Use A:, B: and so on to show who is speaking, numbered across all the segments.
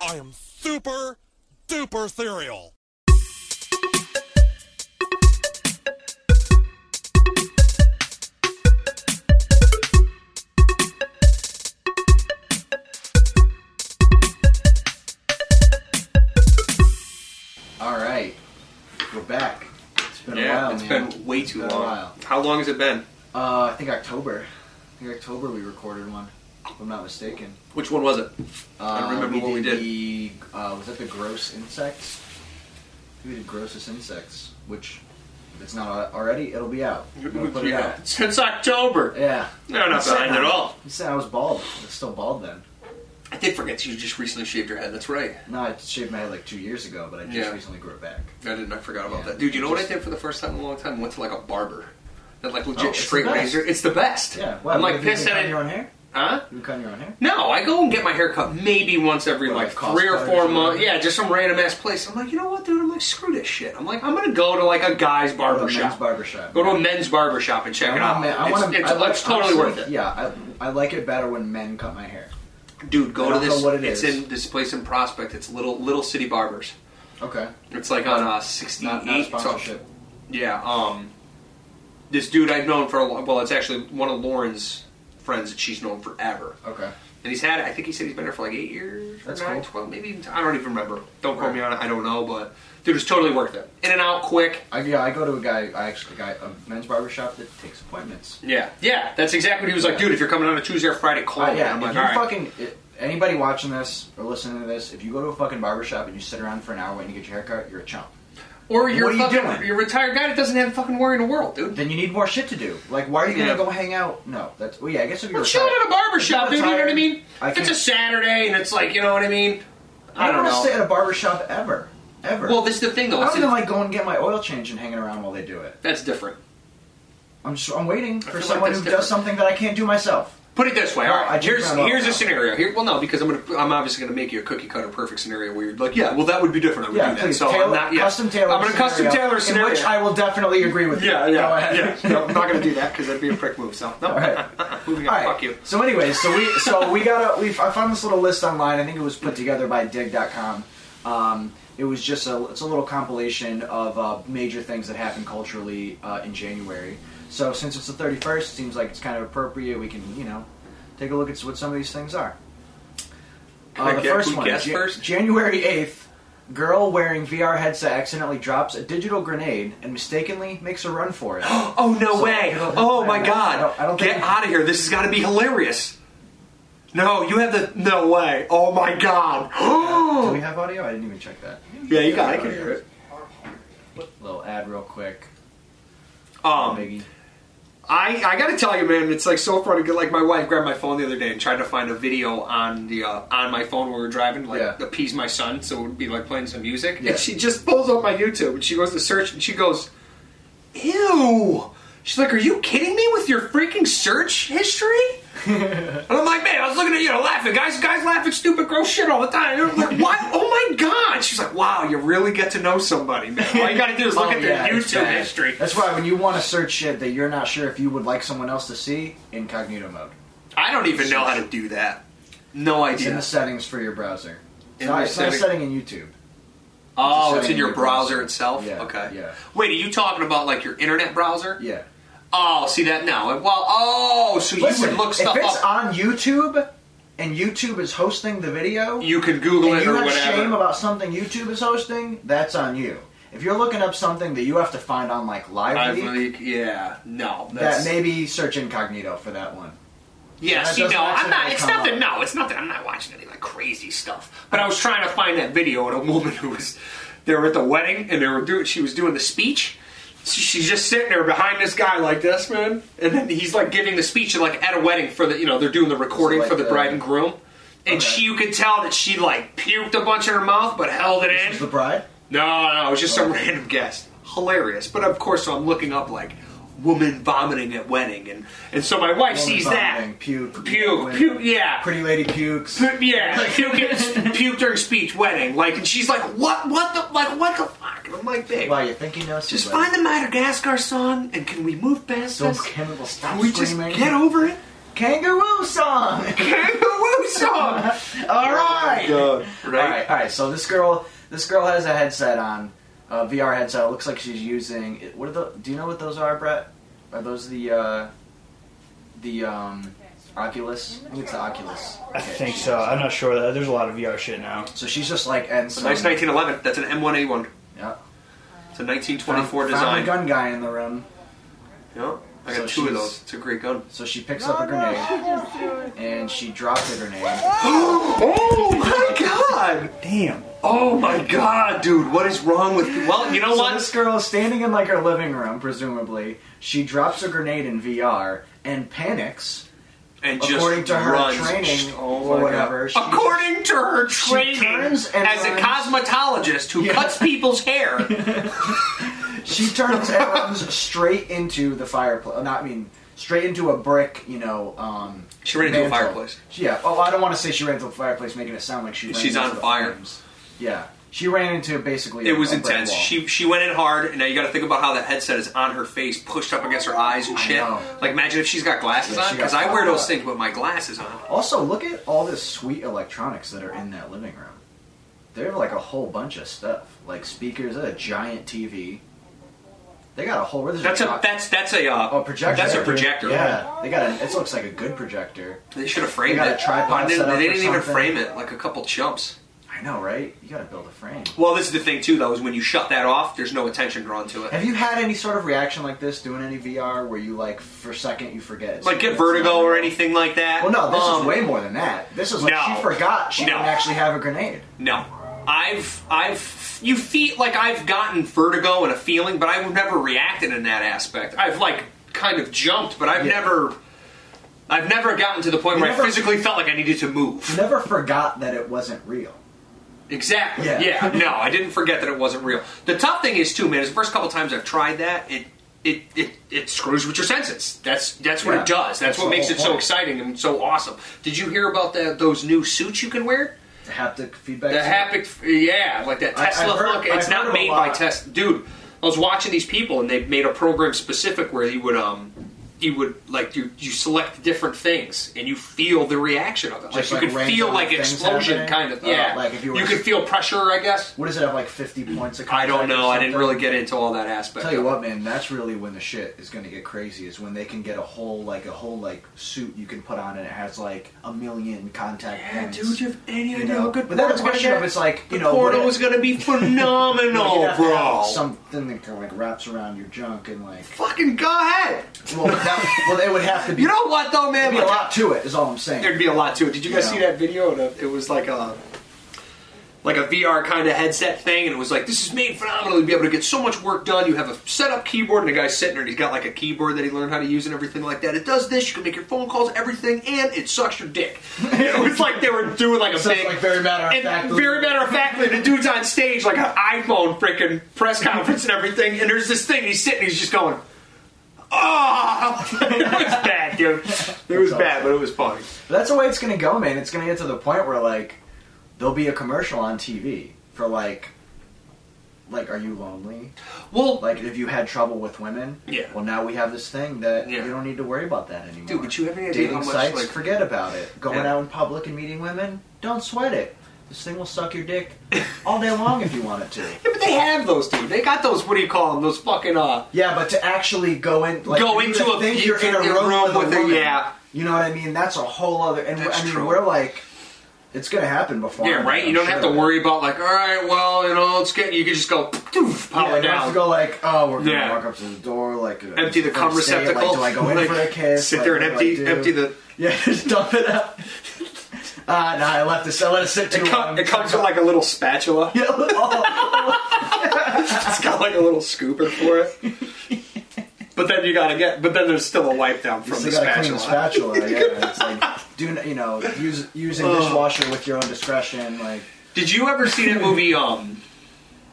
A: I am super duper cereal.
B: All right, we're back. It's been a
C: Yeah,
B: while,
C: it's
B: man.
C: been way too
B: Been a
C: long.
B: while.
C: How long has it been?
B: Uh, I think October. I think October we recorded one, if I'm not mistaken.
C: Which one was it?
B: Uh,
C: I remember
B: we
C: what we did.
B: The, uh, was that the gross insects? We did grossest insects, which if it's not already, it'll be out. I'm gonna put it
C: Yeah.
B: out.
C: Since October.
B: Yeah.
C: No, not behind at all.
B: You said I was bald. I was still bald then.
C: I did forget you just recently shaved your head. That's right.
B: No, I shaved my head like two years ago, but I just
C: Yeah.
B: recently grew it back.
C: I didn't. I forgot about
B: Yeah.
C: that. Dude, you know what I did for the first time in a long time? Went to like a barber. That like legit
B: Oh, it's the
C: straight
B: best.
C: razor. It's the best.
B: Yeah. Wow,
C: I'm like
B: have you been
C: pissed at
B: cutting
C: it.
B: your own hair?
C: Huh?
B: You been cutting your own hair?
C: No, I go and get my hair cut maybe once every
B: What,
C: like
B: like cost
C: three or
B: cutters
C: four
B: or
C: months.
B: whatever?
C: Yeah, just some random ass place. I'm like, you know what, dude? I'm like, screw this shit. I'm like, I'm gonna go to like a guy's
B: Go to a
C: barber
B: men's
C: shop.
B: barbershop.
C: Go to a men's barber shop and check
B: I
C: it
B: want
C: out.
B: a man- I
C: it's,
B: want a-
C: it's,
B: I like-
C: it's totally
B: honestly,
C: worth it.
B: Yeah, I, I like it better when men cut my hair.
C: Dude, go
B: I
C: to
B: don't
C: this.
B: know what it
C: it's
B: is.
C: in this place in Prospect. It's little Little City Barbers.
B: Okay.
C: It's like on uh, 68.
B: Not, not a
C: so-
B: sponsorship.
C: yeah. Um, this dude I've known for a while. Well, it's actually one of Lauren's friends that she's known forever.
B: Okay.
C: And he's had, I think he said he's been there for like eight years,
B: That's
C: or nine,
B: cool.
C: 12, maybe even, I don't even remember. Don't quote
B: Right.
C: me on it, I don't know, but dude, it's totally worth it. In and out, quick.
B: I, yeah, I go to a guy, I actually, a guy, a men's barbershop that takes appointments.
C: Yeah, yeah, that's exactly what he was like, dude, if you're coming on a Tuesday or Friday, call
B: Uh,
C: me.
B: yeah,
C: I'm
B: if
C: like,
B: you
C: Oh, all right.
B: fucking, i anybody watching this or listening to this, if you go to a fucking barbershop and you sit around for an hour waiting to get your haircut, you're a chump.
C: or you're,
B: what are you
C: fucking,
B: doing?
C: you're a retired guy that doesn't have a fucking worry in the world, dude.
B: Then you need more shit to do. Like, why are you
C: Yeah.
B: gonna go hang out? No, that's, well, yeah, I guess if you're
C: Well, chill
B: retired-
C: at a barber
B: if you're
C: shop, dude, you know what I
B: retired,
C: mean?
B: I
C: if it's a
B: can't-
C: Saturday and it's like, you know what I mean? I don't,
B: wanna
C: know.
B: sit at a barbershop ever. Ever.
C: well, this is the thing, though.
B: I
C: It's
B: don't even
C: a-
B: like going and get my oil change and hanging around while they do it.
C: that's different.
B: I'm just, I'm waiting
C: feel
B: for
C: like
B: someone
C: that's
B: who
C: different.
B: does something that I can't do myself.
C: Put it this way.
B: No,
C: All right,
B: I just
C: here's
B: found out
C: here's a
B: now.
C: scenario. Here, well, no, because I'm gonna I'm obviously gonna make you a cookie cutter perfect scenario where you're like, yeah, well, that would be different. I would
B: Yeah,
C: do that.
B: please.
C: So
B: tailor,
C: I'm not yeah.
B: custom tailor.
C: I'm gonna custom
B: scenario,
C: tailor a scenario.
B: In which I will definitely agree with you.
C: yeah,
B: Go
C: yeah,
B: ahead.
C: yeah. No, I'm not gonna do that because that'd be a prick move. So no,
B: All right.
C: moving
B: All
C: on.
B: right.
C: Fuck you.
B: So, anyways, so we so we got a we I found this little list online. I think it was put together by Dig.com. Um, it was just a it's a little compilation of uh, major things that happened culturally uh, in January. So since it's the thirty first, it seems like it's kind of appropriate. We can you know take a look at what some of these things are. Uh,
C: Can I
B: the
C: get-
B: first
C: we
B: one,
C: guess
B: Ja-
C: first?
B: January eighth. Girl wearing VR headset accidentally drops a digital grenade and mistakenly makes a run for it.
C: Oh no
B: So-
C: way!
B: I don't-
C: Oh my
B: I don't-
C: god!
B: I don't- I don't
C: Get
B: think-
C: out of here! This has got to be hilarious. No, you have the no way. Oh my god!
B: Do we have audio? I didn't even check that.
C: yeah, you got. it. I can hear it.
B: Little ad real quick.
C: Um,
B: Biggie.
C: I, I gotta tell you, man, it's like so funny. 'cause, Like my wife grabbed my phone the other day and tried to find a video on the uh, on my phone where we were driving, to, like
B: Yeah.
C: appease my son, so it would be like playing some music.
B: Yeah.
C: And she just pulls up my YouTube and she goes to search and she goes, "Ew." She's like, "Are you kidding me with your freaking search history?" and I'm like, "Man, I was looking at you know, laughing. Guys, guys laugh at stupid, gross shit all the time." And I'm like, "What? Oh my god!" She's like, "Wow, you really get to know somebody, man. All you gotta do is look
B: Oh,
C: at their
B: yeah, it's
C: YouTube
B: bad.
C: history."
B: That's why when you want to search shit that you're not sure if you would like someone else to see, incognito mode.
C: I don't even know how to do that. No
B: It's in
C: idea.
B: the settings for your browser. It's,
C: In
B: not,
C: the
B: it's not a
C: setting-
B: setting in YouTube.
C: oh,
B: setting
C: it's in
B: in
C: your
B: your
C: browser,
B: browser.
C: itself.
B: Yeah,
C: okay.
B: yeah.
C: Wait, are you talking about like your internet browser?
B: Yeah.
C: Oh, see that now. Well, oh, so you
B: Listen,
C: would look stuff
B: if it's
C: up.
B: on YouTube and YouTube is hosting the video,
C: you can Google
B: and
C: it
B: you
C: or
B: have shame
C: whatever.
B: about something YouTube is hosting, that's on you. If you're looking up something that you have to find on like
C: I
B: LiveLeak,
C: really, yeah, no. That's,
B: that maybe search incognito for that one.
C: yeah,
B: that
C: see,
B: doesn't
C: no, I'm
B: actually
C: not. It's
B: come
C: nothing.
B: up.
C: No, it's nothing. I'm not watching any like crazy stuff. But I was trying to find that video of a woman who was. They were at the wedding and they were doing. She was doing the speech. So she's just sitting there behind this guy like this, man. And then he's like giving the speech like at a wedding for the you know they're doing the
B: So,
C: recording
B: like,
C: for the
B: uh,
C: bride and groom. And
B: okay.
C: she, you could tell that she like puked a bunch in her mouth, but held it in.
B: Is the bride?
C: No, no, it was just some random guest. Hilarious. But of course, so I'm looking up like woman vomiting at wedding, and and so my wife sees
B: Vomiting, Puke.
C: that puke,
B: when
C: puke, yeah.
B: Pretty lady pukes.
C: Pu- yeah, puke, puke during speech, wedding, like, and she's like, "What? What the? Like, what the fuck?" And I'm like, "Babe,
B: Wow, you think you know?
C: just
B: somebody?
C: find the Madagascar song, and can we move past
B: Don't
C: this?
B: chemical stop
C: Can we just
B: screaming.
C: get over it?
B: Kangaroo song.
C: Kangaroo song.
B: All right.
C: God.
B: All right, all right. So this girl, this girl has a headset on, a VR headset. It looks like she's using. What are the? Do you know what those are, Brett? Are those the uh, the um, Oculus? I think it's the Oculus.
D: I think so. I'm not sure. There's a lot of VR shit now.
B: So she's just like and some,
C: Nice 1911. That's an M1A1.
B: Yeah.
C: It's a 1924
B: Found- Found
C: design.
B: a gun guy in the room.
C: Yeah. I
B: So
C: got two of
B: she's-
C: those. It's a great gun.
B: So she picks up a grenade and she drops a grenade.
C: Oh my god!
D: Damn.
C: Oh my god, dude, what is wrong with you? Well, you know
B: So
C: what?
B: this girl is standing in like her living room, presumably. She drops a grenade in VR and panics.
C: and
B: according to her
C: runs.
B: training
C: Oh
B: or
C: my
B: whatever,
C: God.
B: she
C: according to her training
B: turns and
C: as a
B: runs.
C: cosmetologist who
B: Yeah.
C: cuts people's hair.
B: She turns and runs straight into the fireplace. Not I mean straight into a brick. You know. Um,
C: She ran into a
B: mantle.
C: fireplace.
B: Yeah. Oh, I don't want to say she ran into a fireplace, making it sound like she. Ran
C: She's
B: into
C: on
B: the
C: fire.
B: flames. Yeah. She ran into basically.
C: It was
B: a brick
C: intense.
B: wall.
C: She she went in hard, and now you got to think about how the headset is on her face, pushed up against her eyes and shit.
B: know.
C: Like imagine if she's got glasses
B: Yeah,
C: on,
B: she got
C: because I wear
B: fucked
C: those
B: up.
C: things with my glasses on.
B: Also, look at all this sweet electronics that are in that living room. They have like a whole bunch of stuff, like speakers, they have a giant TV. They got a whole. there's
C: That's a
B: doc-
C: that's that's a uh,
B: oh, projector.
C: That's a projector.
B: Yeah, they got. A, it looks like a good projector.
C: They should have framed
B: They got a
C: it.
B: tripod
C: Why didn't-
B: set up
C: they
B: or
C: didn't even
B: something.
C: frame it like a couple chumps.
B: I know, right? You got to build a frame.
C: Well, this is the thing too, though, is when you shut that off, there's no attention drawn to it.
B: Have you had any sort of reaction like this doing any VR where you like for a second you forget? it's-
C: Like get
B: it's
C: vertigo
B: not
C: or
B: real?
C: anything like that.
B: Well, no, this
C: Um,
B: is way more than that. This is like
C: No.
B: she forgot she
C: No.
B: didn't actually have a grenade.
C: No, I've I've you feel like I've gotten vertigo and a feeling, but I've never reacted in that aspect. I've like kind of jumped, but I've
B: Yeah.
C: never I've never gotten to the point
B: You
C: where I
B: never-
C: physically felt like I needed to move.
B: Never forgot that it wasn't real.
C: Exactly.
B: Yeah.
C: Yeah. No, I didn't forget that it wasn't real. The tough thing is too, man. Is the first couple times I've tried that, it it it, it screws with your senses. That's that's what
B: Yeah.
C: it does. That's,
B: That's
C: what
B: the
C: makes
B: whole
C: it so
B: point.
C: exciting and so awesome. Did you hear about the, those new suits you can wear?
B: The haptic feedback.
C: The
B: suit.
C: haptic, yeah, like that
B: I- I've
C: Tesla.
B: heard-
C: fuck, it's
B: I've heard
C: not
B: a
C: made
B: lot.
C: by Tesla, dude. I was watching these people, and they made a program specific where you would, um, you would like you you select different things, and you feel the reaction of it.
B: Just
C: like
B: like
C: you could feel
B: random
C: like
B: things
C: explosion,
B: happening?
C: kind of.
B: Oh,
C: Yeah,
B: like if you
C: you,
B: were-
C: could feel pressure, I guess.
B: What does it have like fifty points? Of
C: I don't
B: contact or
C: know. I didn't
B: something?
C: really get into all that aspect.
B: Tell you what, man, that's really when the shit is going to get crazy. Is when they can get a whole like a whole like suit you can put on and it has like a million contact
C: yeah,
B: points.
C: dude, you have any
B: you
C: idea
B: know?
C: how good?
B: But then it's a
C: Portal
B: question
C: was?
B: of it's like you
C: The
B: know
C: Portal
B: what
C: was going to be phenomenal,
B: you'd have to
C: Oh, bro.
B: have something that can like wraps around your junk and like
C: Fucking go ahead.
B: well that well it would have to be
C: You know what though, man?
B: there'd be a lot to it is all I'm saying.
C: There'd be a lot to it. Did you guys
B: Yeah.
C: see that video? And, uh, It was like a like a VR kind of headset thing, and it was like this is made phenomenally to be able to get so much work done. You have a setup keyboard, and the guy's sitting there, and he's got like a keyboard that he learned how to use and everything like that. It does this. You can make your phone calls, everything, and it sucks your dick. it was like they were doing like a
B: Sounds
C: big,
B: like very matter-of-factly.
C: and very matter of factly. The dude's on stage like an iPhone freaking press conference and everything, and there's this thing. He's sitting, he's just going. Oh, it was bad, dude. It was bad, but it was funny.
B: But that's the way it's going to go, man. It's going to get to the point where like there'll be a commercial on TV for like like are you lonely?
C: Well,
B: Like if you had trouble with women,
C: Yeah.
B: Well, now we have this thing that
C: Yeah.
B: you don't need to worry about that anymore.
C: Dude, but you have any idea
B: dating
C: how much,
B: sites?
C: like-
B: forget about it. Going
C: Yeah.
B: out in public and meeting women, don't sweat it. This thing will suck your dick all day long if you want it to.
C: Yeah, but they have those, dude. They got those. What do you call them? Those fucking uh.
B: Yeah, but to actually go in, like,
C: Go
B: you
C: into
B: to
C: a-
B: think you're in a
C: into a
B: room,
C: room
B: with,
C: with
B: a
C: a-
B: woman.
C: yeah.
B: You know what I mean? That's a whole other. And
C: That's
B: I mean,
C: true.
B: we're like, it's gonna happen before.
C: Yeah, right. You don't have to worry about like, all right, well, you know, it's getting. You can just go doof,
B: Yeah,
C: power
B: you don't have
C: down.
B: to go like, oh, we're gonna
C: Yeah.
B: walk up to the door, like uh,
C: Empty the
B: like,
C: cum
B: say,
C: receptacle.
B: Like, do I go in
C: Like,
B: for a kiss?
C: sit
B: Like,
C: there and
B: what do I
C: empty-
B: do?
C: empty the-
B: Yeah, just dump it up. Ah, no, I left this. I let it sit too
C: It, com-
B: long.
C: it comes with like a little spatula.
B: Yeah, oh,
C: It's got like a little scooper for it. but then you gotta get. But then there's still a wipe down
B: you
C: from the
B: still gotta clean
C: spatula.
B: the spatula. Yeah, it's like do n- you know use using dishwasher with your own discretion, like.
C: Did you ever see that movie? Um,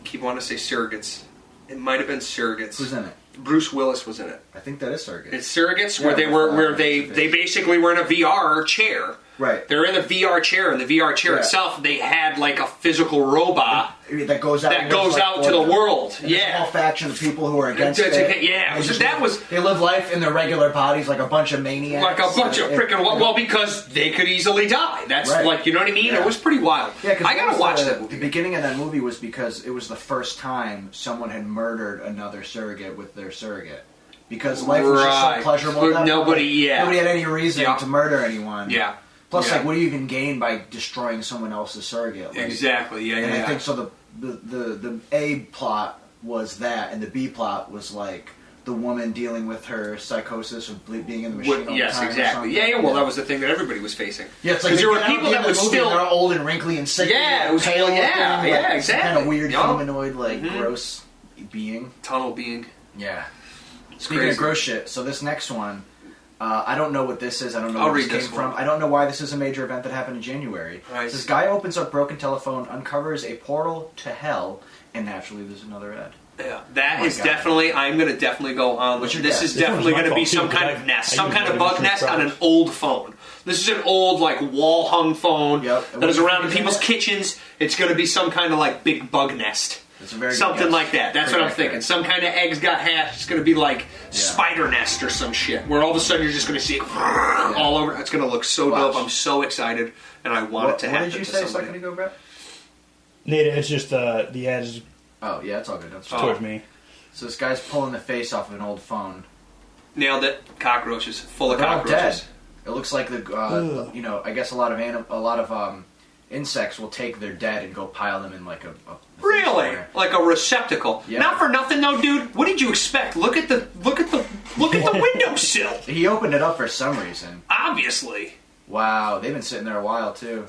C: keep wanting to say surrogates. It might have been surrogates.
B: Who's in it?
C: Bruce Willis was in it.
B: I think that is surrogate.
C: It's surrogates
B: Yeah,
C: where they were
B: uh,
C: where they
B: it's a
C: they
B: bit-
C: basically were in a VR chair
B: Right.
C: They're in the VR chair, and the VR chair
B: Yeah.
C: itself, they had like a physical robot
B: I mean, that goes out.
C: that
B: and lives,
C: goes
B: like,
C: out to the
B: for-
C: world.
B: and there's a
C: Yeah.
B: whole faction of people who are against
C: Yeah,
B: it.
C: yeah,
B: They
C: so
B: just
C: that
B: live-
C: was-
B: they live life in their regular bodies like a bunch of maniacs,
C: like a bunch of
B: It-
C: freaking well, well, because they could easily die. That's
B: Right.
C: like you know what I mean.
B: Yeah.
C: It was pretty wild.
B: Yeah, 'cause
C: I
B: that
C: gotta
B: was
C: watch
B: the,
C: that
B: The
C: movie.
B: beginning of that movie was because it was the first time someone had murdered another surrogate with their surrogate. Because life was just so
C: Right.
B: pleasurable.
C: But
B: at that point.
C: nobody- yeah.
B: Nobody had any reason
C: Yeah.
B: to murder anyone.
C: Yeah.
B: Plus,
C: Yeah.
B: like, what do you even gain by destroying someone else's surrogate? Like,
C: Exactly. Yeah.
B: And
C: yeah.
B: I think so. The, the the the A plot was that, and the B plot was like the woman dealing with her psychosis of ble- being in the machine.
C: With-
B: all the
C: yes,
B: time or
C: exactly.
B: something.
C: Yeah, yeah. Well, that was the thing that everybody was facing.
B: Yeah, it's like
C: because
B: they
C: there were
B: get out
C: people
B: at the
C: that
B: end of
C: would
B: the movie and
C: still.
B: they're old and wrinkly and sick.
C: Yeah,
B: and
C: it was-
B: pale looking,
C: yeah,
B: like,
C: yeah,
B: Kind
C: exactly.
B: of weird
C: Yup.
B: humanoid, like
C: Mhm.
B: gross being.
C: tunnel being.
B: Yeah. Speaking
C: crazy.
B: of gross shit, so this next one, uh, I don't know what this is. I don't know
C: I'll
B: where this
C: read
B: came
C: this
B: from.
C: one.
B: I don't know why this is a major event that happened in January.
C: Right.
B: This guy opens up broken telephone, uncovers a portal to hell, and naturally there's another ad.
C: Yeah, that
B: Oh my
C: is
B: God.
C: definitely. I'm going to definitely go on.
B: What's your
C: this
B: guess?
C: is
B: This
D: one's
C: definitely
D: my
C: going to be
D: fault,
C: some
D: too,
C: kind
D: but
C: of
D: I-
C: nest,
D: I
C: some
D: use
C: kind of
D: my
C: bug
D: emotional
C: nest on an
D: problems.
C: old phone. This is an old like wall hung phone
B: Yep. And
C: that is
B: what
C: around in
B: is it?
C: people's kitchens. It's going to be some kind of like big bug nest.
B: That's a very good
C: something
B: guess.
C: like that. That's
B: Pretty
C: what I'm
B: accurate.
C: thinking. Some kind of eggs got hatched. It's going to be like spider nest or some shit. Where all of a sudden you're just going to see it all over. It's going to look so
B: Watch.
C: dope. I'm so excited, and I want it
B: What,
C: to
B: what
C: happen
B: did you
C: to
B: say a
C: somebody.
B: second ago, Brett?
D: Nate, it's just uh, the ad is
B: Oh yeah, it's all good. That's
C: Oh.
D: towards me.
B: So this guy's pulling the face off of an old phone.
C: Nailed it. Cockroaches, full of
B: They're all dead.
C: cockroaches.
B: It loops like the uh,
D: Ugh.
B: you know I guess a lot of anim- a lot of um, insects will take their dead and go pile them in like a, a
C: Really?
B: somewhere.
C: Like a receptacle.
B: Yeah.
C: Not for nothing though, dude. What did you expect? Look at the look at the look at the windowsill.
B: He opened it up for some reason.
C: Obviously.
B: Wow, they've been sitting there a while too.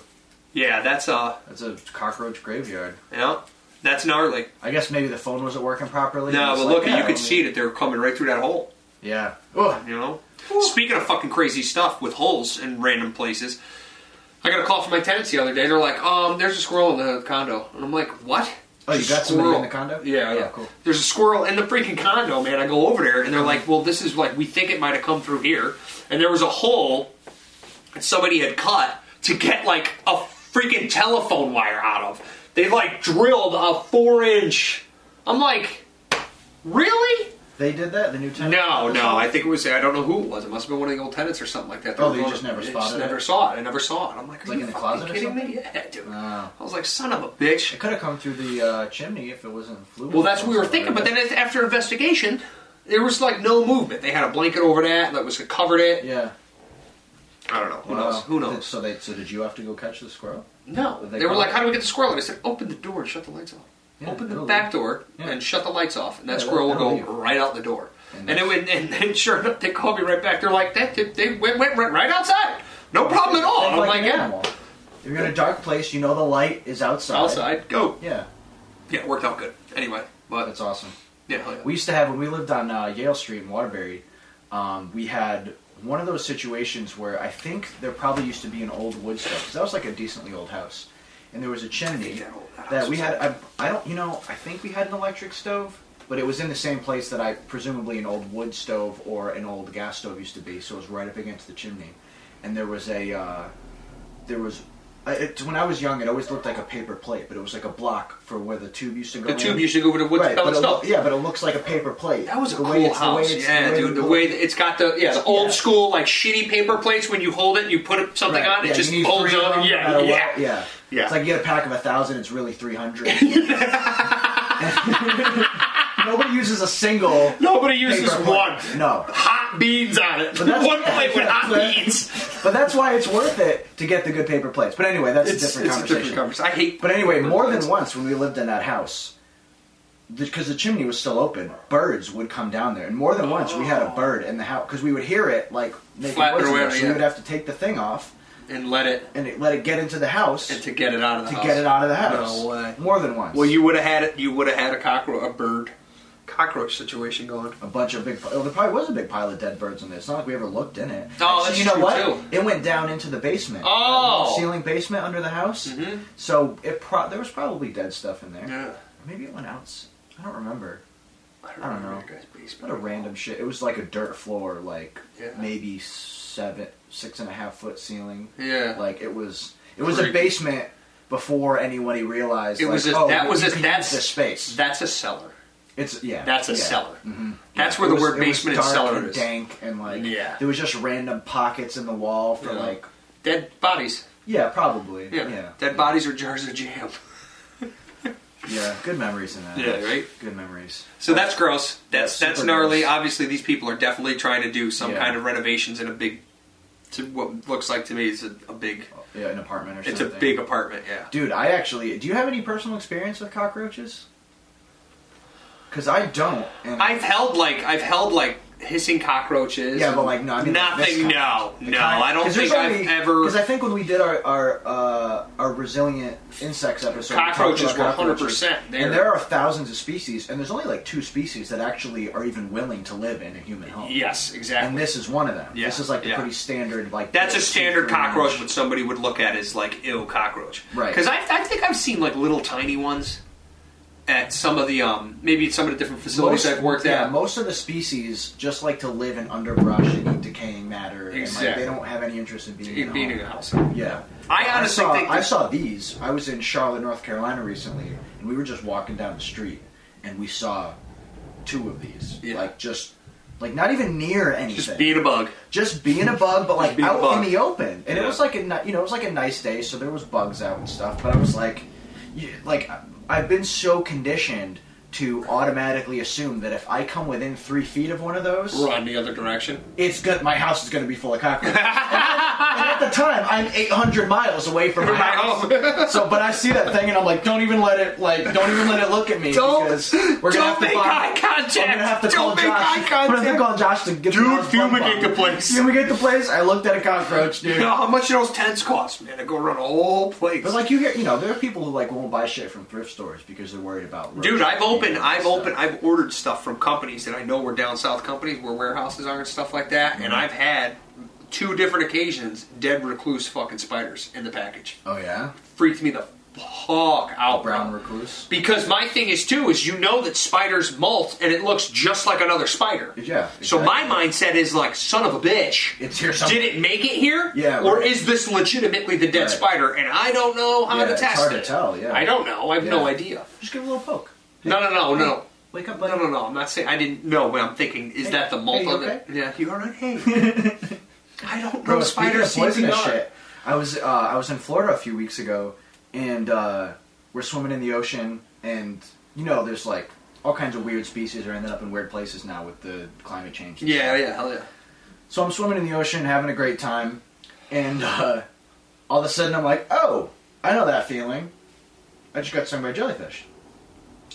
C: Yeah, that's uh
B: That's a cockroach graveyard.
C: you know, that's gnarly.
B: I guess maybe the phone wasn't working properly.
C: No,
B: It's
C: but
B: like,
C: look,
B: yeah,
C: you
B: I
C: could
B: mean-
C: see that they were coming right through that hole.
B: Yeah. Ugh.
C: You know. Speaking of fucking crazy stuff with holes in random places, I got a call from my tenants the other day. They're like, um, there's a squirrel in the condo, and I'm like, what?
B: Oh, you
C: There's a
B: got somebody in
C: squirrel.
B: the condo?
C: Yeah,
B: Oh,
C: yeah.
B: cool.
C: There's a squirrel in the freaking condo, man. I go over there, and they're like, well, this is like we think it might have come through here, and there was a hole that somebody had cut to get like a freaking telephone wire out of. They like drilled a four inch. I'm like, really?
B: They did that. The new tenant.
C: No, no. I think it was. I don't know who it was. It must have been one of the old tenants or something like that.
B: Oh,
C: were
B: they
C: going-
B: just never
C: they
B: spotted it?
C: never saw it. I never saw it. I'm like, are
B: Like in
C: you
B: the
C: fucking
B: closet or
C: kidding me?
B: something?
C: Yeah, dude.
B: Wow.
C: I was like, son of a bitch.
B: It could have come through the uh, chimney if it wasn't fluid.
C: Well, that's what we were thinking, but then it- after investigation, there was like no movement. They had a blanket over that that was covered it.
B: yeah.
C: I don't know. Who
B: Wow.
C: knows? Who knows?
B: So they. So did you have to go catch the squirrel?
C: No.
B: They
C: They were
B: call
C: like,
B: it-
C: "How do we get the squirrel?" And I said, "Open the door and shut the lights off.
B: Yeah,
C: Open the
B: it'll
C: back
B: leave.
C: door
B: Yeah.
C: and shut the lights off, and that
B: Yeah,
C: squirrel will
B: that'll
C: go
B: leave.
C: right out the door."
B: And
C: And, it went, and then sure enough, they called me right back. They're like, "That they, they went, went right, right outside. No problem at all."
B: Think
C: And I'm
B: like
C: like,
B: an
C: "Yeah,
B: animal. If you're in a dark place, you know the light is outside.
C: outside, go."
B: Yeah.
C: Yeah, it worked out good. Anyway, but
B: That's awesome.
C: yeah, hell yeah.
B: We used to have when we lived on uh, Yale Street in Waterbury. Um, we had one of those situations where I think there probably used to be an old wood stove 'cause that was like a decently old house, and there was a chimney
C: that old- that
B: that
C: house
B: we
C: was
B: had. I, I don't, you know, I think we had an electric stove, but it was in the same place that I presumably an old wood stove or an old gas stove used to be. So it was right up against the chimney, and there was a. Uh, there was I- it, when I was young, it always looked like a paper plate, but it was like a block for where the tube used to go.
C: The
B: in.
C: tube used to go with the wood
B: right,
C: pellet
B: but it
C: stove.
B: loo- Yeah, but it looks like a paper plate.
C: That was a
B: the
C: cool
B: way it's, The
C: house.
B: way it's,
C: yeah,
B: the way
C: dude.
B: it
C: The
B: look-
C: way that it's got the yeah the old
B: Yeah.
C: school like shitty paper plates when you hold it and you put it, something
B: Right,
C: on it,
B: yeah,
C: it just
B: you need
C: folds
B: three of
C: up.
B: them, no
C: Yeah,
B: matter what-
C: yeah,
B: yeah,
C: Yeah.
B: It's like you get a pack of a thousand; it's really three hundred. Nobody uses a single.
C: Nobody uses
B: paper plate.
C: one.
B: No,
C: Hot beans on it.
B: that's-
C: One plate with hot
B: Yeah.
C: beans.
B: but that's why it's worth it to get the good paper plates. But anyway, that's a different
C: it's a
B: conversation.
C: different conversation. I hate.
B: But anyway, more than once when we lived in that house, because the, chimney was still open, birds would come down there, and more than once we had a bird in the house because we would hear it like making
C: Flapping
B: noises.
C: around,
B: so
C: yeah.
B: we would have to take the thing off
C: and let it
B: and it, let it get into the house
C: and
B: to,
C: to get it out of the house.
B: get it out of the house.
C: No way.
B: More than once.
C: Well, you would have had it. You would have had a cockroach, a bird, cockroach situation going.
B: a bunch of big. Well, there probably was a big pile of dead birds in there. It's not like we ever looked in it.
C: Oh,
B: Actually,
C: that's
B: you know
C: true,
B: what?
C: too.
B: It went down into the basement. that
C: Oh. Mm-hmm.
B: little ceiling basement under the house. So it pro- there was probably dead stuff in there.
C: Yeah.
B: Maybe it went out. I don't remember.
C: I
B: don't know.
C: remember your guys'
B: What a
C: basement.
B: random shit. It was like a dirt floor, like
C: Yeah.
B: maybe s- seven, six and a half foot ceiling.
C: Yeah.
B: like it was. It was
C: Creepy.
B: a basement before anybody realized.
C: It
B: like,
C: was just-
B: oh,
C: that
B: you-
C: was
B: you
C: just-
B: can
C: that's-
B: use this space.
C: That's a cellar.
B: it's yeah.
C: That's a
B: yeah. Mm. Mm-hmm.
C: cellar. That's where
B: It
C: the
B: was-
C: word
B: it was
C: basement and
B: dark
C: cellar
B: and
C: is.
B: dank and like
C: Yeah.
B: there was just random pockets in the wall for
C: Yeah.
B: like
C: Dead bodies.
B: yeah probably
C: Yeah.
B: yeah
C: Dead bodies or jars of jam.
B: yeah good memories in that
C: Yeah, right?
B: good memories
C: So that's gross. That's
B: Yeah,
C: that's
B: super
C: gnarly.
B: gross.
C: Obviously, these people are definitely trying to do some
B: Yeah.
C: kind of renovations in a big, to what looks like to me is a, a big.
B: yeah an apartment or
C: It's a
B: something
C: big apartment. Yeah.
B: Dude, I actually. Do you have any personal experience with cockroaches? Because I don't. And
C: I've held like I've held like hissing cockroaches.
B: yeah, but like no, I mean like this
C: nothing.
B: kind.
C: no,
B: The
C: no.
B: kind-
C: I don't
B: 'cause there's
C: think I've
B: only-
C: ever.
B: Because I think when we did our our uh, our resilient insects episode, we talked
C: Cockroaches
B: about
C: were
B: cockroaches.
C: 100% there.
B: and there are thousands of species, and there's only like two species that actually are even willing to live in a human home.
C: yes, exactly.
B: And this is one of them.
C: Yeah,
B: This is like the
C: yeah.
B: pretty standard, like
C: That's a
B: two,
C: standard
B: three
C: cockroach,
B: inch.
C: what somebody would look at as like ill cockroach.
B: Right.
C: Because I, I think I've seen like little tiny ones at some of the um maybe at some of the different facilities I've worked
B: yeah,
C: at.
B: most of the species just like to live in underbrush and eat decaying matter, and like
C: Exactly.
B: they don't have any interest in being
C: in
B: at
C: being
B: home.
C: in a house.
B: Yeah,
C: I honestly
B: saw,
C: think
B: I
C: that-
B: saw these. I was in Charlotte, North Carolina recently, and we were just walking down the street, and we saw two of these.
C: Yeah.
B: Like just, like not even near anything.
C: Just being a bug.
B: Just being a bug, but like
C: being a
B: out
C: bug.
B: in the open, and
C: Yeah.
B: it was like a ni- you know it was like a nice day, so there was bugs out and stuff. But I was like, you, like I- I've been so conditioned to automatically assume that if I come within three feet of one of those,
C: Run the other direction.
B: it's good. My house is going to be full of cockroaches. and, at, and at the time, I'm 800 miles away from my
C: From my
B: house. so, but I see that thing, and I'm like, don't even let it, like, don't even let it look at me
C: Don't-
B: because we're
C: don't
B: gonna have to
C: make
B: find-
C: eye contact.
B: I'm gonna have to call
C: Don't make
B: Josh.
C: eye
B: I'm gonna have to
C: contact.
B: call Josh to get
C: Dude,
B: the house bum bum.
C: fumigate the place.
B: Fumigate the place. I looked at a cockroach, dude.
C: You know how much do those tents cost, man? I go around the whole place.
B: But like you hear, you know, there are people who like won't buy shit from thrift stores because they're worried about. roaches
C: Dude, I've
B: and
C: opened,
B: stuff.
C: I've opened, I've ordered stuff from companies that I know were down south companies where warehouses are and stuff like that,
B: Mm-hmm.
C: and I've had two different occasions dead recluse fucking spiders in the package.
B: Oh yeah,
C: Freaked me the fuck out,
B: brown
C: bro.
B: recluse.
C: Because my thing is too is you know that spiders molt and it looks just like another spider.
B: Yeah,
C: So my
B: exactly.
C: mindset is like, son of a bitch.
B: It's here
C: Did
B: somewhere.
C: it make it here?
B: Yeah,
C: Or
B: right.
C: is this legitimately the dead
B: Right.
C: spider? And I don't know how
B: Yeah,
C: to
B: it's
C: test
B: hard
C: it.
B: to tell, yeah.
C: I don't know. I have no
B: Yeah.
C: idea.
B: Just give it a little poke.
C: No, no, no, no.
B: Wake up,
C: No,
B: buddy.
C: no, no. I'm not saying I didn't know, but I'm thinking, is
B: Hey,
C: that the malt
B: hey, you
C: of it?
B: okay?
C: Yeah, you all right? Hey, I don't know.
B: Bro, speaking
C: spider
B: of poisonous
C: CPR.
B: shit, I was uh, I was in Florida a few weeks ago, and uh, we're swimming in the ocean, and you know, there's like all kinds of weird species are ending up in weird places now with the climate change. and
C: Yeah,
B: stuff.
C: yeah, hell yeah.
B: So I'm swimming in the ocean, having a great time, and uh, all of a sudden I'm like, oh, I know that feeling. I just got stung by a jellyfish.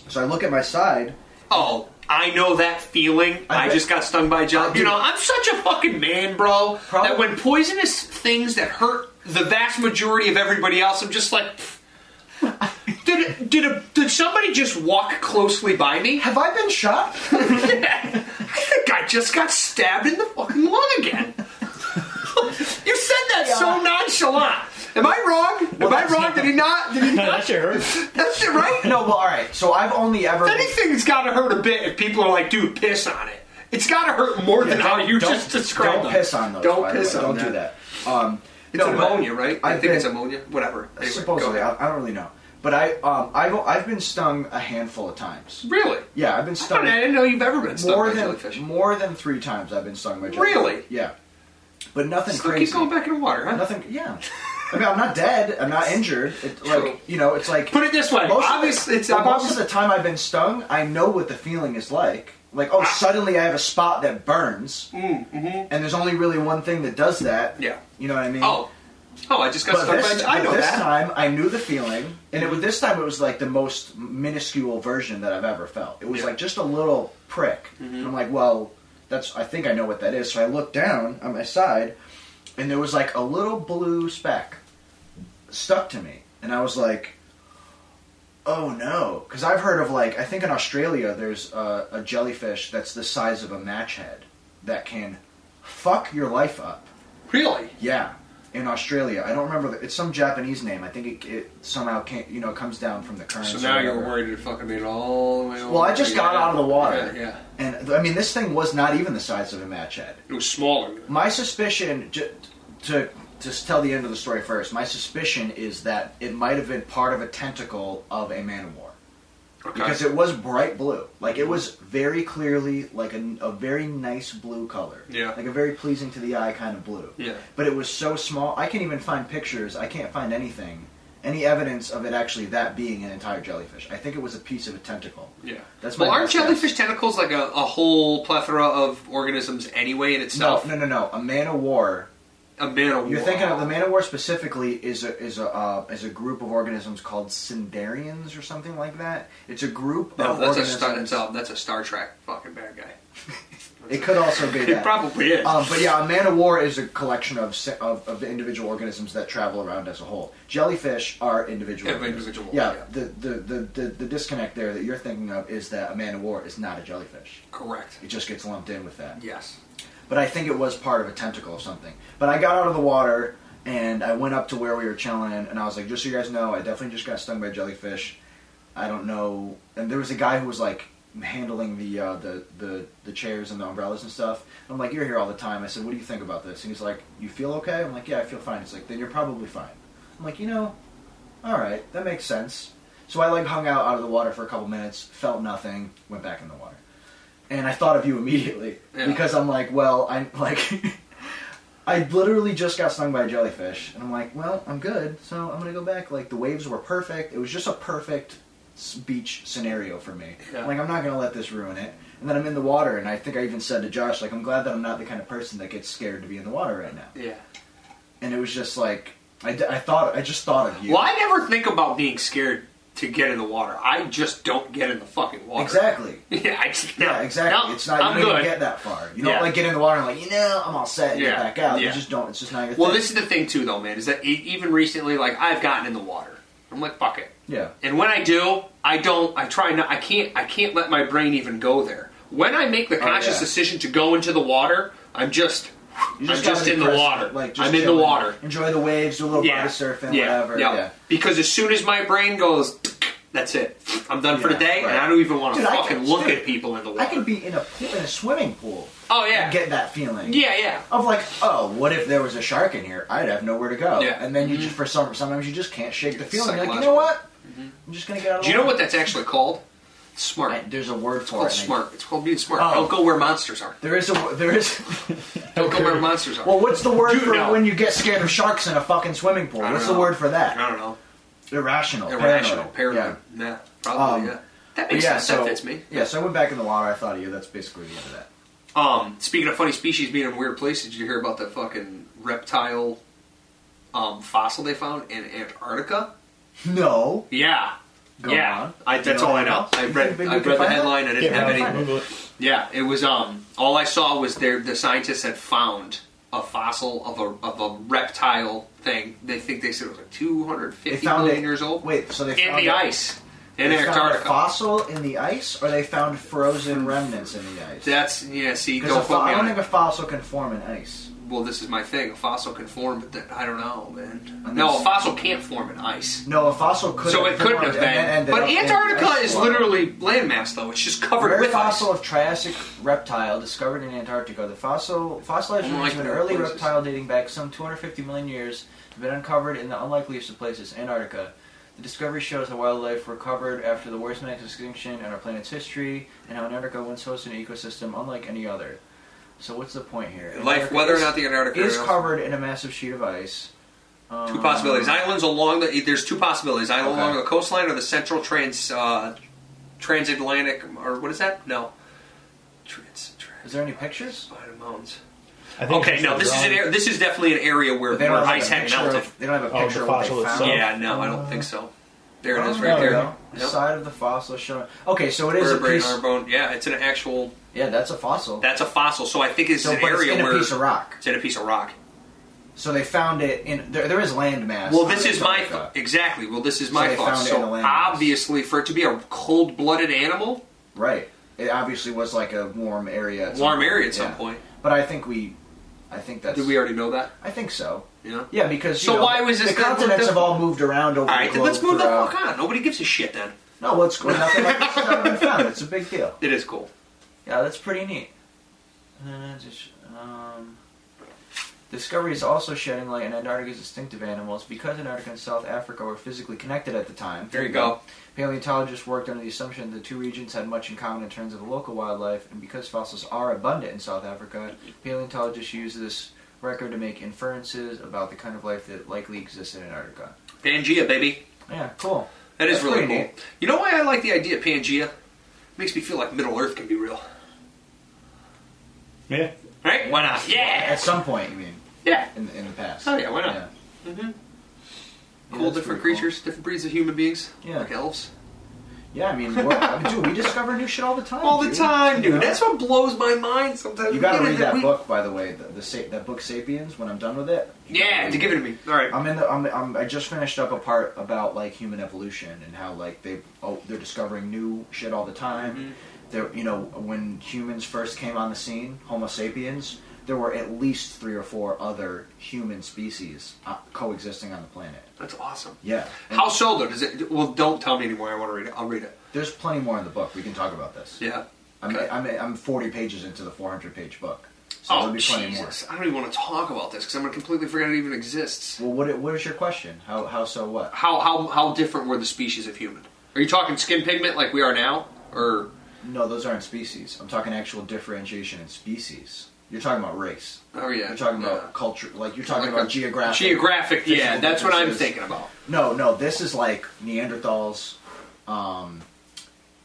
B: So I look at my side.
C: Oh, I know that feeling.
B: I
C: I,
B: bet-
C: just got stung by a jelly.
B: I
C: You
B: do.
C: know, I'm such a fucking man, bro.
B: Probably-
C: That when poisonous things that hurt the vast majority of everybody else, I'm just like, pff. did it, did a, did somebody just walk closely by me?
B: Have I been shot?
C: I think I just got stabbed in the fucking lung again. you said that so nonchalant. Am I wrong? Am I
D: that's
C: wrong?
D: not-
C: Did he not? Did he
D: that
C: not?
D: shit hurts.
C: That's it, right?
B: no, well, all right. So I've only ever.
C: Anything's got to hurt a bit if people are like, dude, piss on it. It's got to hurt more than how you just described
B: Don't
C: them.
B: piss on those.
C: Don't
B: by the
C: piss
B: way.
C: on
B: Don't
C: that.
B: do that. Um,
C: It's
B: no, but
C: ammonia, right? I
B: I've
C: think
B: been-
C: it's ammonia. Whatever. Anyway, go
B: supposedly.
C: ahead.
B: I, I don't really know, but I um, I've I've been stung a handful of times.
C: Really?
B: Yeah, I've been
C: I don't- I
B: stung
C: didn't know you've ever been stung
B: more
C: by
B: than
C: jellyfish.
B: more than three times. I've been stung by jellyfish.
C: Really?
B: Yeah, but nothing
C: So
B: crazy.
C: keep going back in the water, huh?
B: Nothing. Yeah. I mean, I'm not dead. I'm not injured. It,
C: True.
B: like you know, it's like
C: Put it this way.
B: most of the-
C: Obviously, it's
B: but most
C: obvious-
B: of the time I've been stung, I know what the feeling is like. Like,
C: Ah.
B: oh, suddenly I have a spot that burns, and there's only really one thing that does that.
C: Mm, mm-hmm. Yeah.
B: you know what I mean.
C: Oh. Oh, I just got
B: But
C: stung
B: this,
C: by a I
B: but
C: know
B: this
C: that. Mm-hmm.
B: time I knew the feeling, and it was this time it was like the most minuscule version that I've ever felt. It was
C: Yeah. Mm-hmm.
B: like just a little prick. And I'm like, well, that's I think I know what that is. So I looked down on my side, and there was like a little blue speck stuck to me, and I was like. Oh no! Because I've heard of like I think in Australia there's a, a jellyfish that's the size of a match head that can fuck your life up.
C: Really?
B: Yeah, in Australia. I don't remember. The, it's some Japanese name. I think it, it somehow can you know comes down from the currency.
C: So
B: or
C: now you're
B: whatever.
C: worried it fucking made it all the way over.
B: Well, I just got
C: Yeah.
B: out of the water.
C: Yeah, yeah.
B: And th- I mean, this thing was not even the size of a match head.
C: It was smaller.
B: My suspicion, j- to just tell the end of the story first, my suspicion is that it might have been part of a tentacle of a man of war.
C: Okay.
B: Because it was bright blue. Like,
C: Mm-hmm.
B: it was very clearly, like, a, a very nice blue color.
C: Yeah.
B: Like, a very pleasing to the eye kind of blue.
C: Yeah.
B: But it was so small. I can't even find pictures. I can't find anything, any evidence of it actually that being an entire jellyfish. I think it was a piece of a tentacle.
C: yeah.
B: That's
C: well,
B: my
C: aren't
B: best guess.
C: jellyfish tentacles like a, a whole plethora of organisms anyway in
B: No,
C: itself?
B: no, no, no. A man of war
C: A man of
B: You're
C: war.
B: thinking of the man of war specifically is a is a uh, is a group of organisms called Cindarians or something like that. It's a group
C: No,
B: of
C: Oh, that's a,
B: organisms.
C: star, that's, a, that's a Star Trek fucking bad guy.
B: It could also be
C: It
B: that.
C: probably is.
B: Um, but yeah, a man of war is a collection of, si- of of the individual organisms that travel around as a whole. Jellyfish are individual.
C: Yeah, but
B: organisms.
C: individual,
B: Yeah,
C: yeah.
B: The, the, the, the, the disconnect there that you're thinking of is that a man of war is not a jellyfish.
C: Correct.
B: It just gets lumped in with that.
C: Yes.
B: but I think it was part of a tentacle or something. But I got out of the water and I went up to where we were chilling, and I was like, just so you guys know, I definitely just got stung by a jellyfish. I don't know. And there was a guy who was like handling the uh, the, the the chairs and the umbrellas and stuff. I'm like, you're here all the time. I said, what do you think about this? And he's like, you feel okay? I'm like, yeah, I feel fine. He's like, then you're probably fine. I'm like, you know, all right, that makes sense. So I like hung out out of the water for a couple minutes, felt nothing, went back in the water, and I thought of you immediately
C: Yeah.
B: because I'm like, well, I'm like, I literally just got stung by a jellyfish, and I'm like, well, I'm good, so I'm gonna go back. Like the waves were perfect; it was just a perfect s- beach scenario for me.
C: Yeah.
B: Like I'm not gonna let this ruin it. And then I'm in the water, and I think I even said to Josh, like, I'm glad that I'm not the kind of person that gets scared to be in the water right now.
C: Yeah.
B: And it was just like, I, d- I thought, I just thought of you.
C: Well, I never think about being scared to get in the water. I just don't get in the fucking water.
B: Exactly.
C: Yeah, I just, no,
B: Yeah, exactly.
C: no,
B: it's not. You
C: I'm
B: don't
C: good.
B: even get that far. You don't
C: Yeah.
B: like get in the water and like you know I'm all set. And
C: Yeah,
B: Get back out.
C: yeah.
B: You just don't. It's just not your
C: Well,
B: thing.
C: this is the thing too, though, man. Is that e even recently, like I've gotten in the water. I'm like, fuck it.
B: Yeah.
C: And when I do, I don't. I try not. I can't. I can't let my brain even go there. When I make the conscious
B: Oh, yeah.
C: decision to go into the water, I'm just.
B: You
C: I'm
B: gotta
C: just
B: be
C: in the
B: present,
C: water.
B: Like just
C: I'm in the
B: chilling.
C: water.
B: Enjoy the waves. Do a little body surfing. Whatever. Yeah.
C: Because as soon as my brain goes, that's it. I'm done for
B: Yeah,
C: the day, and
B: right.
C: I don't even want to
B: Dude, I
C: fucking
B: can-
C: look
B: dude,
C: at people in the water.
B: I could be in a pool, in a swimming pool.
C: oh yeah.
B: And get that feeling.
C: yeah, yeah.
B: Of like, oh, what if there was a shark in here? I'd have nowhere to go.
C: Yeah. Mm-hmm.
B: And then you just for some sometimes you just can't shake the
C: It's
B: feeling. You're like, you
C: psychological.
B: know what? I'm just gonna get out. Of
C: Do you know what that's actually called? Smart.
B: That, there's a word for
C: called
B: it. and I-
C: smart. It's called being smart.
B: Oh.
C: Don't go where monsters are.
B: There is a there is.
C: Don't go where monsters are.
B: Well, what's the word
C: You
B: for
C: know.
B: when you get scared of sharks in a fucking swimming pool?
C: I don't
B: What's
C: know.
B: the word for that?
C: I don't know.
B: Irrational.
C: Irrational.
B: paranoid.
C: Paranoid. Yeah. probably.
B: Um,
C: yeah. That
B: But
C: makes
B: yeah,
C: sense.
B: so
C: that fits me.
B: yeah, so I went back in the water. I thought of you. That's basically the end of that.
C: Um, speaking of funny species being in weird places, did you hear about the fucking reptile um, fossil they found in Antarctica?
B: No.
C: Yeah.
B: Go
C: yeah.
B: on.
C: I,
B: Do you
C: that's
B: know
C: all I
B: anything
C: know.
B: else?
C: I
B: You
C: read.
B: think maybe
C: I
B: we can
C: read the
B: find
C: headline. I
D: Yeah,
C: didn't
D: I'll
C: have any.
D: Google it.
C: Yeah, it was. Um, all I saw was there. The scientists had found a fossil of a of a reptile thing. They think they said it was like two hundred
B: They
C: fifty
B: found
C: million
B: it.
C: years old.
B: Wait, so they
C: in
B: found
C: the
B: it-
C: ice in
B: they found
C: Antarctica.
B: a fossil in the ice, or they found frozen remnants in the ice.
C: That's yeah. See,
B: Because
C: don't
B: fo-
C: quote me
B: I don't
C: on
B: think
C: it.
B: a fossil can form in ice.
C: Well, this is my thing. A fossil can form, but then, I don't know, man.
B: And
C: No,
B: this-
C: a fossil can't form in ice.
B: No, a fossil could.
C: so
B: have
C: it couldn't
B: formed and
C: have
B: then ended
C: been. But
B: up in the
C: Antarctica
B: ice
C: is
B: floor.
C: literally landmass, though. It's just covered
B: Rare
C: with
B: fossil
C: ice.
B: of Triassic reptile discovered in Antarctica. The fossil fossilized
C: Unlikely
B: remains of an early
C: places.
B: reptile dating back some 250 million years have been uncovered in the unlikeliest of places, Antarctica. The discovery shows how wildlife recovered after the worst mass extinction in our planet's history, and how Antarctica once hosted an ecosystem unlike any other. So what's the point here?
C: Life,
B: Antarctica
C: whether or
B: is-
C: not the Antarctica
B: is
C: area-
B: covered in a massive sheet of ice.
C: Two possibilities. Islands along the there's two possibilities. Island
B: Okay.
C: along the coastline or the central trans uh, transatlantic or what is that? No, trans.
B: Is
C: trans
B: there any pictures?
C: Spider Mountains.
D: I think
C: Okay,
D: it's
C: no,
D: the
C: this is an
D: wrong-
C: area. This is definitely an area where,
B: They
C: where
B: don't have
C: ice
B: like, a
C: had
B: picture.
C: melted.
B: Of, they don't have
D: Oh,
B: a
D: the
B: picture of what
D: fossil
B: they found.
D: itself.
C: Yeah, no, I don't think so. There it is,
B: Oh,
C: right
B: we
C: there.
B: go. The
C: Yep.
B: side of the fossil showing. Okay, so it is a
C: Vertebrae in
B: piece.
C: our bone. Yeah, it's an actual.
B: Yeah, that's a fossil.
C: That's a fossil. So I think it's
B: so,
C: an
B: but
C: area
B: it's in
C: where
B: a piece of rock.
C: it's in a piece of rock.
B: So they found it in there. There is land mass.
C: Well,
B: on
C: this is my
B: Antarctica.
C: exactly. Well, this is my
B: they
C: thought.
B: found it in a
C: So
B: landmass.
C: obviously, for it to be a cold-blooded animal,
B: right. It obviously was like a warm area. At some
C: warm
B: point.
C: area at some
B: Yeah.
C: point.
B: But I think we. I think that's.
C: Did we already know that?
B: I think so.
C: Yeah.
B: Yeah, because you
C: So
B: know,
C: why was this
B: the
C: then
B: continents
C: moved
B: have
C: up?
B: all moved around over
C: All right,
B: the
C: then
B: globe
C: let's move the
B: throughout-
C: fuck on. Nobody gives a shit then.
B: No, let's go. Nothing like this has ever been found. It's a big deal.
C: It is cool.
B: Yeah, that's pretty neat. And then I just, um, discovery is also shedding light on Antarctica's distinctive animals because Antarctica and South Africa were physically connected at the time.
C: There you go.
B: Paleontologists worked under the assumption the two regions had much in common in terms of the local wildlife, and because fossils are abundant in South Africa, paleontologists use this record to make inferences about the kind of life that likely exists in Antarctica.
C: Pangea, baby.
B: Yeah, cool.
C: That is
B: That's
C: really
B: pretty
C: cool. You know why I like the idea of Pangea? Makes me feel like Middle Earth can be real.
D: Yeah.
C: Right? Why not? Yeah.
B: At some point, you mean,
C: Yeah.
B: in, in the past.
C: Oh, yeah, why not?
B: Yeah.
C: Mm-hmm.
B: Yeah,
C: Cool,
B: that's
C: different
B: pretty cool.
C: creatures, different breeds of human beings.
B: Yeah.
C: Like elves.
B: Yeah, I mean, what, I mean, dude, we discover new shit all the time.
C: All the
B: dude.
C: time, dude.
B: You know?
C: That's what blows my mind sometimes.
B: You
C: We
B: gotta
C: get it
B: read that
C: we-
B: book, by the way. The, the sa- that book, Sapiens. When I'm done with it, you gotta
C: Yeah,
B: read
C: to give it to me. All right.
B: I'm in the. I'm, I'm, I just finished up a part about like human evolution and how like they oh, they're discovering new shit all the time.
C: Mm-hmm.
B: They're you know when humans first came on the scene, Homo sapiens, there were at least three or four other human species uh, coexisting on the planet.
C: That's awesome.
B: Yeah, and
C: How so, though? Does it? Well, don't tell me anymore. I want to read it. I'll read it.
B: there's plenty more in the book. We can talk about this.
C: Yeah.
B: I'm,
C: Okay.
B: I'm, I'm 40 pages into the 400 page book. So there'll
C: Oh
B: be plenty more.
C: Jesus! I don't even want to talk about this because I'm gonna completely forget it even exists.
B: Well, what, what is your question? How, how so what?
C: How how how different were the species of human? Are you talking skin pigment like we are now, or
B: No, those aren't species. I'm talking actual differentiation in species. You're talking about race.
C: oh yeah,
B: You're talking about
C: yeah.
B: culture. Like, you're talking
C: Like
B: about
C: a-
B: geographic.
C: Geographic, yeah,
B: physical
C: that's what I'm
B: differences.
C: thinking about.
B: No, no, this is like Neanderthals um,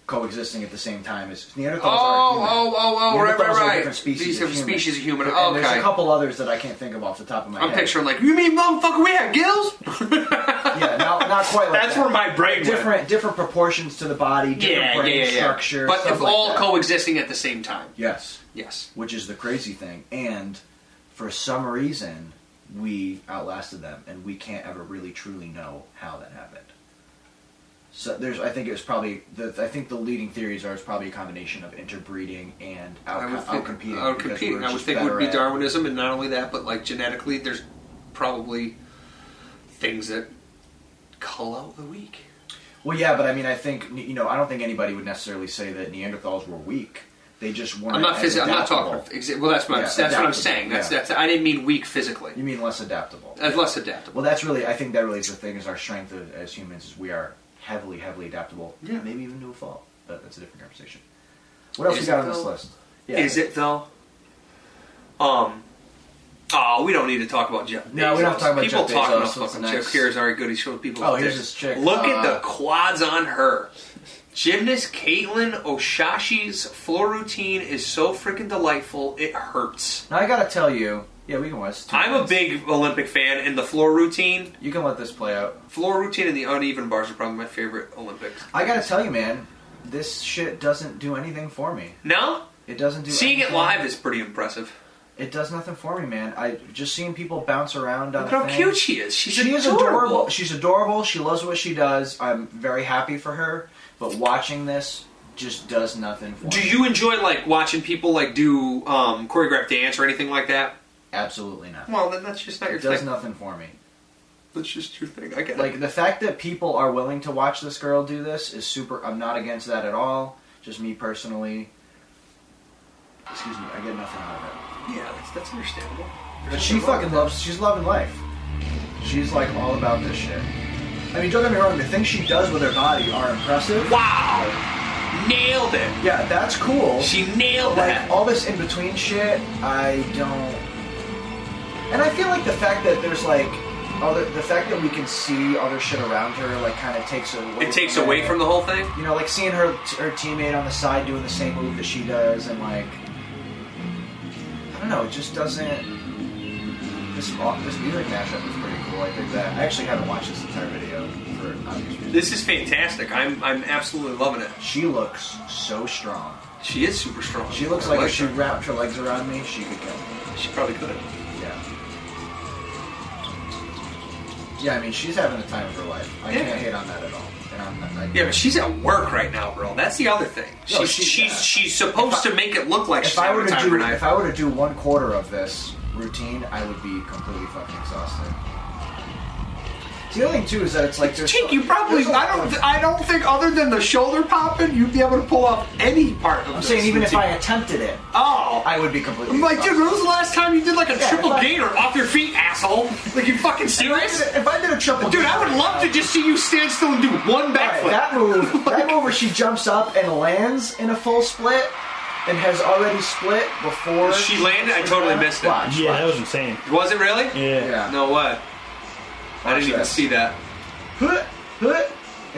B: coexisting at the same time as Neanderthals are
C: Oh,
B: human.
C: oh, oh, oh, right,
B: Neanderthals
C: right,
B: are
C: right.
B: different species
C: These
B: of
C: are
B: human.
C: species of human.
B: And
C: Oh,
B: There's
C: okay.
B: a couple others that I can't think of off the top of my
C: I'm
B: head.
C: picturing like you mean motherfucker we had gills?
B: Yeah, not, not quite like
C: That's
B: that.
C: where my brain went.
B: different different proportions to the body, different
C: yeah,
B: brain
C: yeah, yeah,
B: structure.
C: But
B: stuff
C: if
B: like
C: all
B: that.
C: coexisting at the same time,
B: yes,
C: yes.
B: which is the crazy thing, and for some reason we outlasted them, and we can't ever really truly know how that happened. So there's, I think it was probably the, I think the leading theories are it's probably a combination of interbreeding and out,
C: I would think,
B: outcompeting.
C: out
B: because
C: competing.
B: we're
C: I would
B: just
C: think would
B: better
C: be
B: at-
C: Darwinism, and not only that, but like genetically, there's probably things that cull out the weak.
B: Well, yeah, but I mean, I think you know, I don't think anybody would necessarily say that Neanderthals were weak. They just weren't.
C: I'm not
B: as
C: physi- I'm not
B: adaptable.
C: talking. exa- Well, that's what I'm,
B: Yeah,
C: that's what I'm
B: adaptable,
C: saying. That's
B: yeah.
C: that's. I didn't mean weak physically.
B: You mean less adaptable?
C: That's less adaptable.
B: Well, that's really, I think that really is the thing is our strength of, as humans is we are heavily, heavily adaptable.
C: Yeah.
B: Maybe even to a fault. But that's a different conversation. What else
C: Is
B: we got
C: it
B: on this
C: though?
B: list? Yeah.
C: Is it though? Um. Oh, we don't need to talk about Jeff.
B: No, we don't
C: Bezos.
B: talk about
C: people
B: Jeff
C: talk
B: Bezos.
C: about
B: That's
C: fucking
B: next.
C: Jeff. Here's our good. He showed people.
B: Oh, here's
C: dick.
B: his chick.
C: Look at
B: Uh,
C: the quads on her. Gymnast Caitlin Oshashi's floor routine is so freaking delightful. It hurts.
B: Now, I gotta tell you, yeah, we can watch. two
C: I'm a
B: minutes.
C: big Olympic fan, and the floor routine,
B: You can let this play out.
C: floor routine, and the uneven bars are probably my favorite Olympics.
B: I gotta tell you, man, this shit doesn't do anything for me.
C: No,
B: It doesn't do
C: seeing it
B: anything.
C: live is pretty impressive.
B: It does nothing for me, man. I just seeing people bounce around on
C: Look
B: a
C: how
B: thing.
C: cute she is. She's
B: she is
C: adorable.
B: adorable. She's adorable. She loves what she does. I'm very happy for her. But watching this just does nothing for
C: Do
B: me.
C: you enjoy like watching people like do um, choreographed dance or anything like that?
B: Absolutely not.
C: Well, then that's just not your
B: It does
C: thing.
B: nothing for me.
C: That's just your thing. I get
B: Like the fact that people are willing to watch this girl do this is super. I'm not against that at all. Just me personally. Excuse me, I get nothing out of it.
C: Yeah, that's, that's understandable.
B: But she fucking loves. She's loving life. She's like all about this shit. I mean, don't get me wrong. The things she does with her body are impressive.
C: Wow! Nailed it.
B: Yeah, that's cool.
C: She nailed
B: like
C: that.
B: all this in between shit, I don't. And I feel like the fact that there's like other, the fact that we can see other shit around her, like kind of takes away.
C: it takes away from the whole thing.
B: You know, like seeing her her teammate on the side doing the same move that she does, and like I don't know, it just doesn't. This this music mashup is pretty cool. I think that I actually haven't watched this entire video for obvious reasons.
C: This is fantastic. I'm I'm absolutely loving it.
B: She looks so strong.
C: She is super strong.
B: She looks
C: I
B: like if she
C: her.
B: wrapped her legs around me, she could kill me.
C: She probably could.
B: Yeah. Yeah, I mean, she's having the time of her life. I
C: Yeah.
B: can't hate on that at all. And I'm not, like,
C: Yeah, but she's at work right now, bro. That's the other thing. She's
B: No, she-
C: she's,
B: yeah.
C: she's
B: If
C: supposed
B: I-
C: to make it look like she's
B: if I
C: having
B: were
C: a
B: to
C: time
B: do
C: for
B: if I were to do one quarter of this routine, I would be completely fucking exhausted. The other thing too is that it's like there's
C: Jake, you probably.
B: there's a lot
C: I don't.
B: of-
C: th- I don't think other than the shoulder popping, you'd be able to pull off any part of
B: I'm
C: this
B: saying even if
C: routine.
B: I attempted it,
C: Oh,
B: I would be completely.
C: I'm like, dude,
B: exhausted.
C: when was the last time you did like a
B: Yeah,
C: triple
B: but-
C: gainer off your feet, asshole? Like, you fucking serious?
B: If I did a triple,
C: Dude, I would love to just see you stand still and do one
B: Alright,
C: backflip.
B: that move, that move where she jumps up and lands in a full split, and has already split before
C: She landed? I totally missed it.
B: Watch,
D: Yeah,
B: watch.
D: that was insane.
C: Was it really?
D: Yeah.
B: Yeah.
C: No way. I
B: Watch
C: didn't even
B: this.
C: see that.
B: Huh, huh,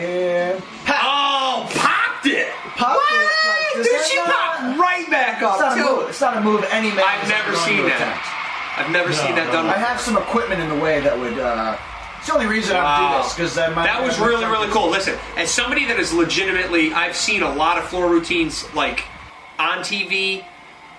B: and pow.
C: Oh, popped it!
B: Popped
C: what?
B: it, like, does
C: Dude,
B: that
C: she
B: not-
C: popped right back
B: It's
C: up,
B: not, a
C: too.
B: move, it's not a move any man.
C: I've
B: is
C: never
B: going
C: seen
B: to
C: that.
B: attempt.
C: I've never seen that
D: no.
C: done
B: I have some equipment in the way that would. Uh, it's the only reason I would do this because that might.
C: That was really, really cool. Listen, as somebody that is legitimately, I've seen a lot of floor routines like on TV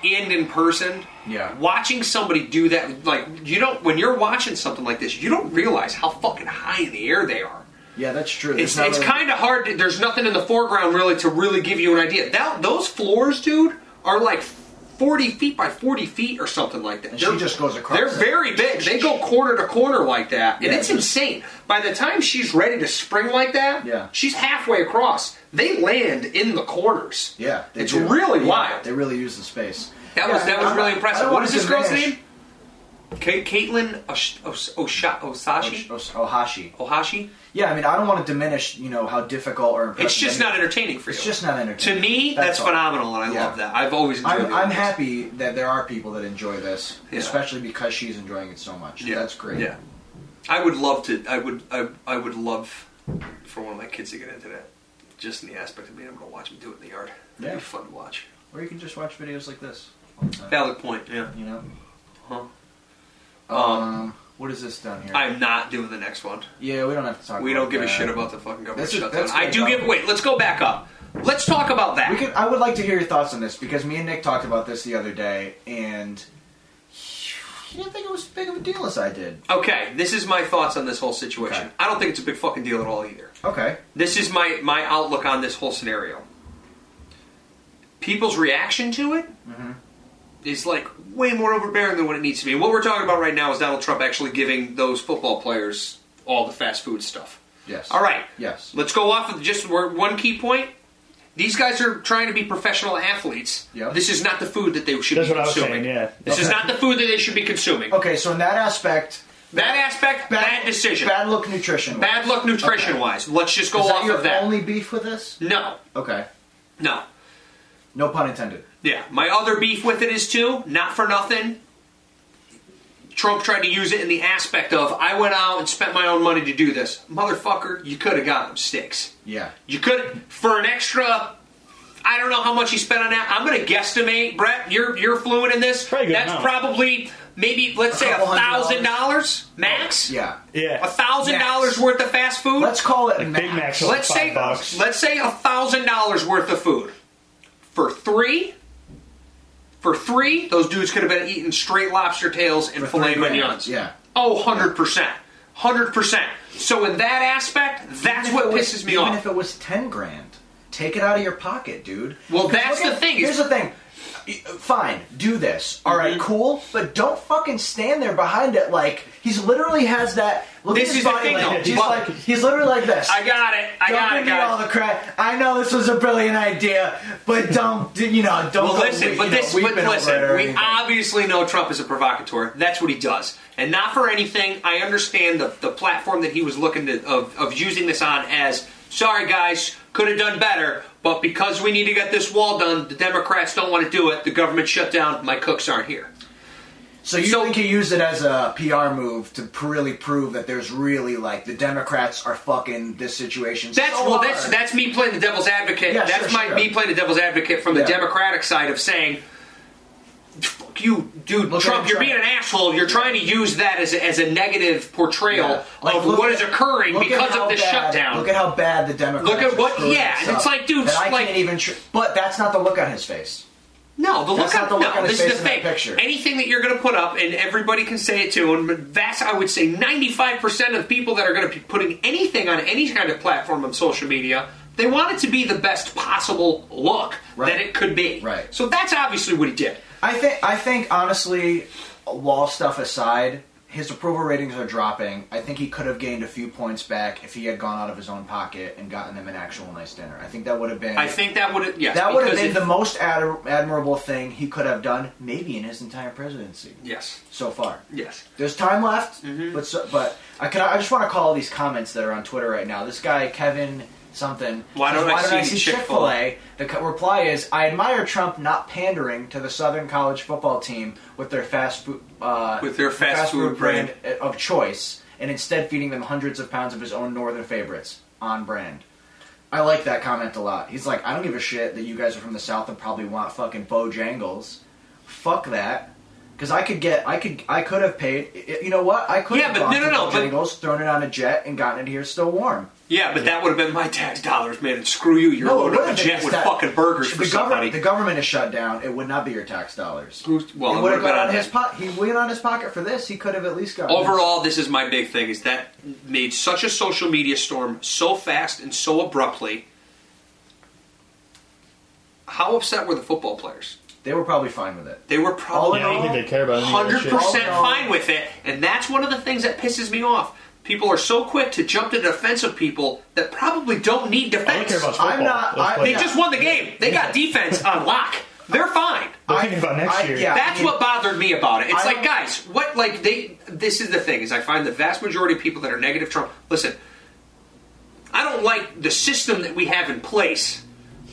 C: and in person.
B: Yeah.
C: Watching somebody do that, like, you don't, when you're watching something like this, you don't realize how fucking high in the air they are.
B: Yeah, that's true.
C: It's,
B: not
C: it's
B: really-
C: kind of hard. To, there's nothing in the foreground really to really give you an idea. That, those floors, dude, are like 40 feet by 40 feet or something like that.
B: And she just goes across
C: They're
B: it.
C: very big. They go corner to corner like that, and
B: Yeah,
C: it's
B: dude.
C: insane. By the time she's ready to spring like that,
B: Yeah.
C: she's halfway across. They land in the corners.
B: Yeah, they
C: it's
B: do.
C: really
B: Yeah,
C: wild.
B: They really use the space.
C: That
B: Yeah,
C: was that was
B: I'm-
C: really
B: I
C: impressive.
B: don't
C: What
B: wanna
C: is this girl's
B: diminish
C: name? Ka- Caitlin Osh- Osh- Osha- Osashi
B: Osh- Ohashi.
C: Ohashi.
B: Yeah, I mean, I don't want to diminish, you know, how difficult or impressive.
C: It's just
B: I mean,
C: not entertaining for you.
B: It's just not
C: To
B: entertaining.
C: me, that's,
B: all.
C: phenomenal, and I
B: Yeah.
C: love that. I've always enjoyed
B: I'm,
C: it.
B: I'm happy that there are people that enjoy this,
C: Yeah.
B: especially because she's enjoying it so much.
C: Yeah.
B: That's great.
C: Yeah, I would love to. I would. I, I would love for one of my kids to get into that, just in the aspect of being able to watch them do it in the yard.
B: Yeah.
C: That'd be fun to watch.
B: Or you can just watch videos like this. all the time,
C: Valid point. Yeah.
B: You know.
C: Huh.
B: Um, what is this down here?
C: I'm not doing the next one.
B: yeah, we don't have to talk.
C: We
B: about
C: don't give a
B: that.
C: shit about the fucking government
B: That's a-
C: shutdown.
B: that's
C: I do
B: good.
C: give. Wait, let's go back up. Let's talk about that.
B: We could. I would like to hear your thoughts on this because me and Nick talked about this the other day, and he didn't think it was as big of a deal as I did.
C: okay, this is my thoughts on this whole situation.
B: Okay.
C: I don't think it's a big fucking deal at all either.
B: Okay.
C: this is my my outlook on this whole scenario. People's reaction to it is
B: Mm-hmm.
C: like way more overbearing than what it needs to be. What we're talking about right now is Donald Trump actually giving those football players all the fast food stuff.
B: Yes.
C: All right.
B: Yes.
C: Let's go off of just we're- one key point. These guys are trying to be professional athletes.
B: Yep.
C: This is not the food that they should
D: That's
C: be
D: what I was
C: consuming.
D: saying, yeah.
C: This is
B: Okay.
C: not the food that they should be consuming.
B: Okay. So in that aspect,
C: That aspect, bad, decision. Bad,
B: Bad look nutrition.
C: luck nutrition wise. Let's just go
B: Is
C: off
B: that your
C: of that.
B: only beef with this?
C: no.
B: Okay.
C: No.
B: No pun intended.
C: Yeah, my other beef with it is too, not for nothing. Trump tried to use it in the aspect of I went out and spent my own money to do this. Motherfucker, you could have gotten them sticks.
B: Yeah.
C: You could for an extra I don't know how much he spent on that. I'm gonna guesstimate, Brett, you're you're fluent in this.
D: Pretty good
C: That's
D: amount.
C: probably maybe let's say a
B: couple hundred
C: thousand dollars max.
B: Yeah.
D: Yeah.
C: A thousand dollars worth of fast food.
B: Let's call it
D: Like
B: Mac.
D: Big Mac's
C: Let's
D: like
C: say
D: five bucks.
C: let's say a thousand dollars worth of food for three. For three, those dudes could have been eating straight lobster tails and
B: For
C: filet
B: three grand.
C: mignons.
B: Yeah.
C: Oh, 100 percent, hundred percent. So in that aspect,
B: Even
C: that's
B: if
C: what
B: it was-
C: pisses me
B: even
C: off.
B: if it was ten grand, take it out of your pocket, dude.
C: Well,
B: 'Cause
C: that's
B: look
C: the
B: at-
C: thing, is- Mm-hmm.
B: Here's the thing. Fine, do this. All right, cool. But don't fucking stand there behind it like he's literally has that. Look
C: This
B: at his
C: is the
B: body
C: thing,
B: language.
C: though.
B: He's
C: But-
B: like he's literally like this.
C: I got it. I
B: don't
C: got
B: give
C: it,
B: me all
C: guys.
B: the credit. I know this was a brilliant idea, but don't you know? Don't.
C: Well,
B: go
C: listen,
B: we-
C: but
B: you know,
C: this,
B: weeping
C: but
B: over it
C: listen,
B: or
C: we
B: anything.
C: obviously know Trump is a provocateur. That's what he does, and not for anything. I understand the, the platform that he was looking to of, of using this on as. Sorry, guys, could have done better, but because we need to get this wall done, the Democrats don't want to do it. The government shut down. My cooks aren't here.
B: So you
C: So-
B: think he used it as a PR move to pr- really prove that there's really like the Democrats are fucking this situation.
C: That's
B: so
C: well,
B: hard.
C: that's that's me playing the devil's advocate.
B: Yeah,
C: that's
B: sure,
C: my
B: sure.
C: me playing the devil's advocate from the
B: Yeah.
C: Democratic side of saying, "Fuck you, dude,
B: Look at
C: Trump.
B: him
C: You're
B: trying-
C: being an asshole. You're trying to use that as a, as a negative portrayal
B: Yeah. Like,
C: of
B: look
C: what
B: at-
C: is occurring
B: look at
C: because
B: how
C: of this
B: bad-
C: shutdown."
B: Look at how bad the Democrats.
C: Look at
B: are
C: what-
B: screwing
C: yeah,
B: this
C: it's
B: up.
C: like, dude,
B: That I
C: like-
B: can't even. Tr- but that's not the look on his face.
C: No, the
B: That's
C: look
B: not
C: on
B: the look
C: no,
B: on his
C: this is
B: face
C: the
B: in that
C: thing.
B: picture.
C: Anything that you're going to put up, and everybody can say it too, and that's I would say 95 percent of people that are going to be putting anything on any kind of platform on social media, they want it to be the best possible look
B: Right.
C: that it could be.
B: Right.
C: So that's obviously what he did.
B: I think. I think honestly, law stuff aside, his approval ratings are dropping. I think he could have gained a few points back if he had gone out of his own pocket and gotten them an actual nice dinner. I think that would have been.
C: I think that would have yes.
B: that would have
C: because
B: been
C: it-
B: the most ad- admirable thing he could have done, maybe in his entire presidency
C: yes,
B: so far.
C: yes.
B: There's time left,
C: Mm-hmm.
B: but so, but I can I just want to call these comments that are on Twitter right now. This guy Kevin something.
C: Why don't
B: says,
C: I
B: why don't I
C: see
B: see
C: Chick-fil-A?
B: Chick-fil-A? The co- reply is I admire Trump not pandering to the Southern college football team with their fast food uh,
C: With their fast food brand.
B: of choice, and instead feeding them hundreds of pounds of his own northern favorites on brand. I like that comment a lot. He's like, I don't give a shit that you guys are from the South and probably want fucking Bojangles. Fuck that. Because I could get, I could, I could have paid. i- You know what? I could
C: Yeah,
B: have
C: but
B: gone
C: no, no,
B: to
C: no, but-
B: Bojangles, thrown it on a jet, and gotten it here still warm.
C: Yeah, but that would have been my tax dollars, man. And screw you, you're
B: No, it
C: loading up a
B: would've been
C: jet
B: his
C: with
B: tax-
C: fucking burgers
B: the government,
C: for somebody.
B: The government is shut down. It would not be your tax dollars.
C: Who's- well, it
B: it would
C: would've
B: have
C: been
B: gone
C: on
B: on his
C: him.
B: pocket. He went on his pocket for this. He could have at least gotten
C: Overall, this is my big thing: is that made such a social media storm so fast and so abruptly. How upset were the football players?
B: They were probably fine with it.
C: They were probably
D: Yeah, I don't think they care about any of that
C: hundred
D: shit.
C: percent
B: Oh, no.
C: fine with it, and that's one of the things that pisses me off. People are so quick to jump to the defense of people that probably don't need
D: I don't
C: defense.
D: care about football.
B: I'm not-
D: Let's
B: I-
D: play
C: they
B: yeah.
D: it.
C: just won the game. They got defense on lock. They're fine.
D: They're thinking about next
B: I-
D: year.
B: yeah.
C: That's what bothered me about it. It's
B: I-
C: like, guys, what like they this is the thing, is I find the vast majority of people that are negative Trump listen, I don't like the system that we have in place,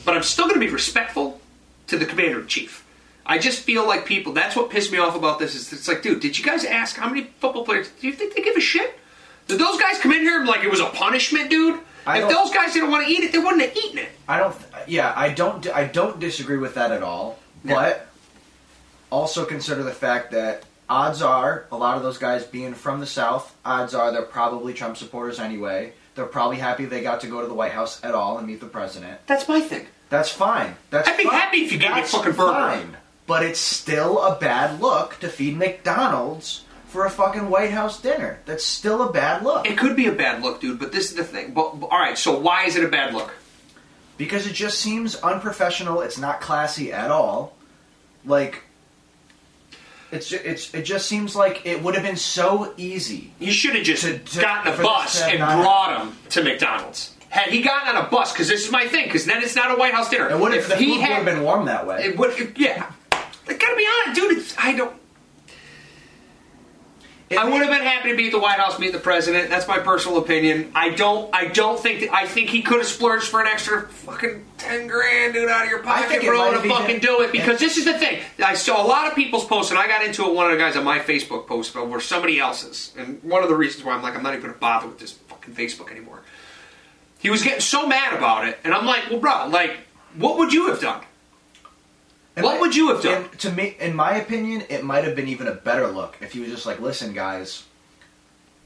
C: but I'm still gonna be respectful to the commander in chief. I just feel like people that's what pissed me off about this is it's like, dude, did you guys ask how many football players do you think they give a shit? Did those guys come in here like it was a punishment, dude?
B: I
C: if
B: don't-
C: those guys didn't want to eat it, they wouldn't have eaten it.
B: I don't. Yeah, I don't. I don't disagree with that at all. But also consider the fact that odds are a lot of those guys being from the South, odds are they're probably Trump supporters anyway. They're probably happy they got to go to the White House at all and meet the president.
C: That's my thing.
B: That's fine. That's
C: I'd be
B: fine.
C: happy if you gave me a
B: That's
C: fucking burger.
B: Fine. But it's still a bad look to feed McDonald's for a fucking White House dinner. That's still a bad look.
C: It could be a bad look, dude, but this is the thing. But, but- all right, so why is it a bad look?
B: because it just seems unprofessional. It's not classy at all. Like it's ju- it's it just seems like it would have been so easy.
C: He should have just
B: To- to-
C: gotten a
B: for
C: bus
B: this to
C: and
B: not-
C: brought him to McDonald's. Had he gotten on a bus, because this is my thing, because then it's not a White House dinner.
B: It would have
C: If
B: the
C: he
B: food would have been warm that way.
C: It would, it- yeah. I gotta be honest, dude. It's, I don't.
B: It
C: I
B: may-
C: would have been happy to be at the White House, meet the president. That's my personal opinion. I don't. I don't think. That, I think he could have splurged for an extra fucking ten grand, dude, out of your
B: I
C: pocket,
B: think it
C: bro,
B: might
C: to
B: have been-
C: fucking do it. Because this is the thing. I saw a lot of people's posts, and I got into it. One of the guys on my Facebook post over somebody else's, and one of the reasons why I'm like, I'm not even gonna bother with this fucking Facebook anymore. He was getting so mad about it, and I'm like, well, bro, like, what would you have done?
B: And
C: what
B: I-
C: would you have done?
B: and to me, in my opinion, it might have been even a better look if he was just like, "Listen, guys."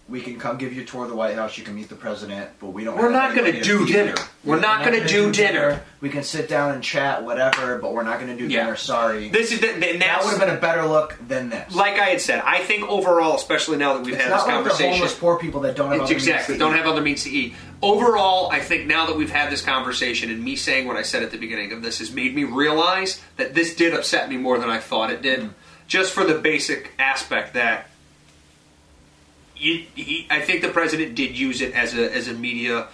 B: We can come give you a tour of the White House. You can meet the president, but we don't.
C: We're
B: have
C: not gonna
B: anybody to
C: do
B: feed
C: dinner.
B: you.
C: We're not gonna
B: gonna
C: do dinner.
B: We can sit down and chat, whatever, but we're not going to do
C: Yeah.
B: dinner. Sorry.
C: This is the, and
B: that
C: that's-
B: would have been a better look than this.
C: like I had said, I think overall, especially now that we've
B: It's
C: had this
B: not like the
C: conversation,
B: homeless poor people that don't have
C: It's
B: other means
C: exactly
B: to
C: don't
B: eat.
C: have other means to eat. Overall, I think now that we've had this conversation and me saying what I said at the beginning of this has made me realize that this did upset me more than I thought it did, just for the basic aspect that. You, he, I think the president did use it as a as a media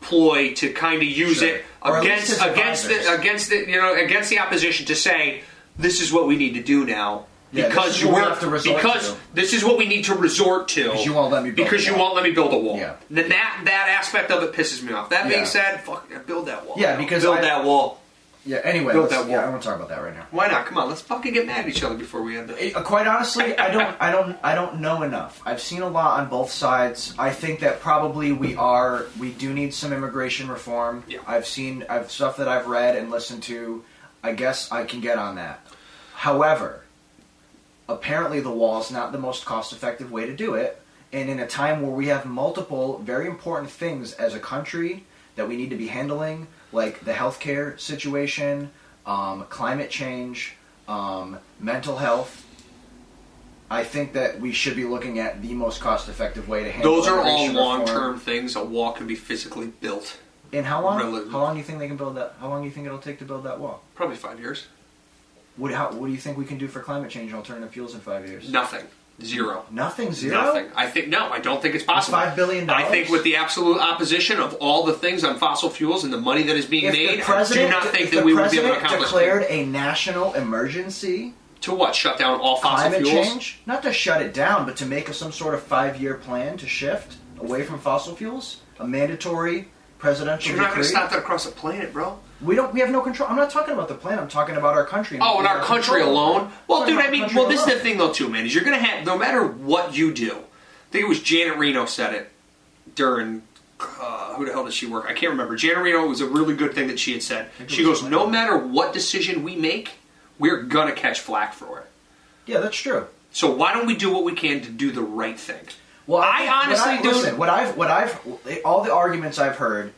C: ploy to kind of use
B: Sure.
C: it
B: Or at least
C: against
B: his
C: against the,
B: advisors.
C: against the you know against the opposition to say this is what we need to do now
B: Yeah, this
C: because
B: is
C: you
B: what we
C: were
B: have to resort
C: because
B: to.
C: this is what we need to resort to because
B: you won't let me build
C: because
B: a
C: you
B: wall.
C: won't let me build a wall.
B: Yeah.
C: Then that that aspect of it pisses me off. That being
B: Yeah.
C: said, fuck, yeah, build that wall.
B: Yeah, because
C: build
B: I-
C: that wall.
B: Yeah. Anyway,
C: Built
B: let's,
C: that
B: yeah, I
C: wall.
B: won't talk about that right now.
C: Why not? Come on, let's fucking get mad at each other before we end
B: Eh,
C: it.
B: Quite honestly, I don't, I don't, I don't know enough. I've seen a lot on both sides. I think that probably we are, we do need some immigration reform.
C: Yeah.
B: I've seen, I've stuff that I've read and listened to. I guess I can get on that. However, apparently the wall is not the most cost-effective way to do it. And in a time where we have multiple very important things as a country that we need to be handling, like the healthcare situation, um, climate change, um, mental health, I think that we should be looking at the most cost-effective way to handle.
C: Those are all
B: immigration reform.
C: long-term things. A wall can be physically built.
B: And how long?
C: Relative.
B: How long do you think they can build that? How long do you think it'll take to build that wall?
C: Probably five years.
B: What, how, what do you think we can do for climate change and alternative fuels in five years?
C: Nothing. Zero.
B: Nothing? Zero?
C: Nothing. I think no. I don't think it's possible.
B: $5 billion?
C: I think with the absolute opposition of all the things on fossil fuels and the money that is being
B: If
C: made,
B: the president,
C: I do not think
B: if
C: that
B: the
C: we would be
B: president
C: able to accomplish
B: declared a national emergency
C: to what shut down all fossil
B: climate
C: fuels.
B: change, not to shut it down, but to make some sort of five-year plan to shift away from fossil fuels, a mandatory presidential
C: You're not
B: decree.
C: going to stop that across a planet, bro.
B: We don't. We have no control. I'm not talking about the plan. I'm talking about our country.
C: Oh, in
B: We
C: our
B: have
C: country
B: control.
C: alone. Well,
B: Talking
C: dude, I
B: about
C: mean,
B: country
C: well, this is the
B: alone.
C: thing though, too, man. Is you're going to have no matter what you do. I think it was Janet Reno said it during. Uh, who the hell did she work? I can't remember. Janet Reno it was a really good thing that she had said. She
B: was
C: goes, "No matter what decision we make, we're gonna catch flack for it."
B: Yeah, that's true.
C: So why don't we do what we can to do the right thing?
B: Well,
C: I
B: think- what
C: honestly,
B: I,
C: dude-
B: listen. What I've, what I've, all the arguments I've heard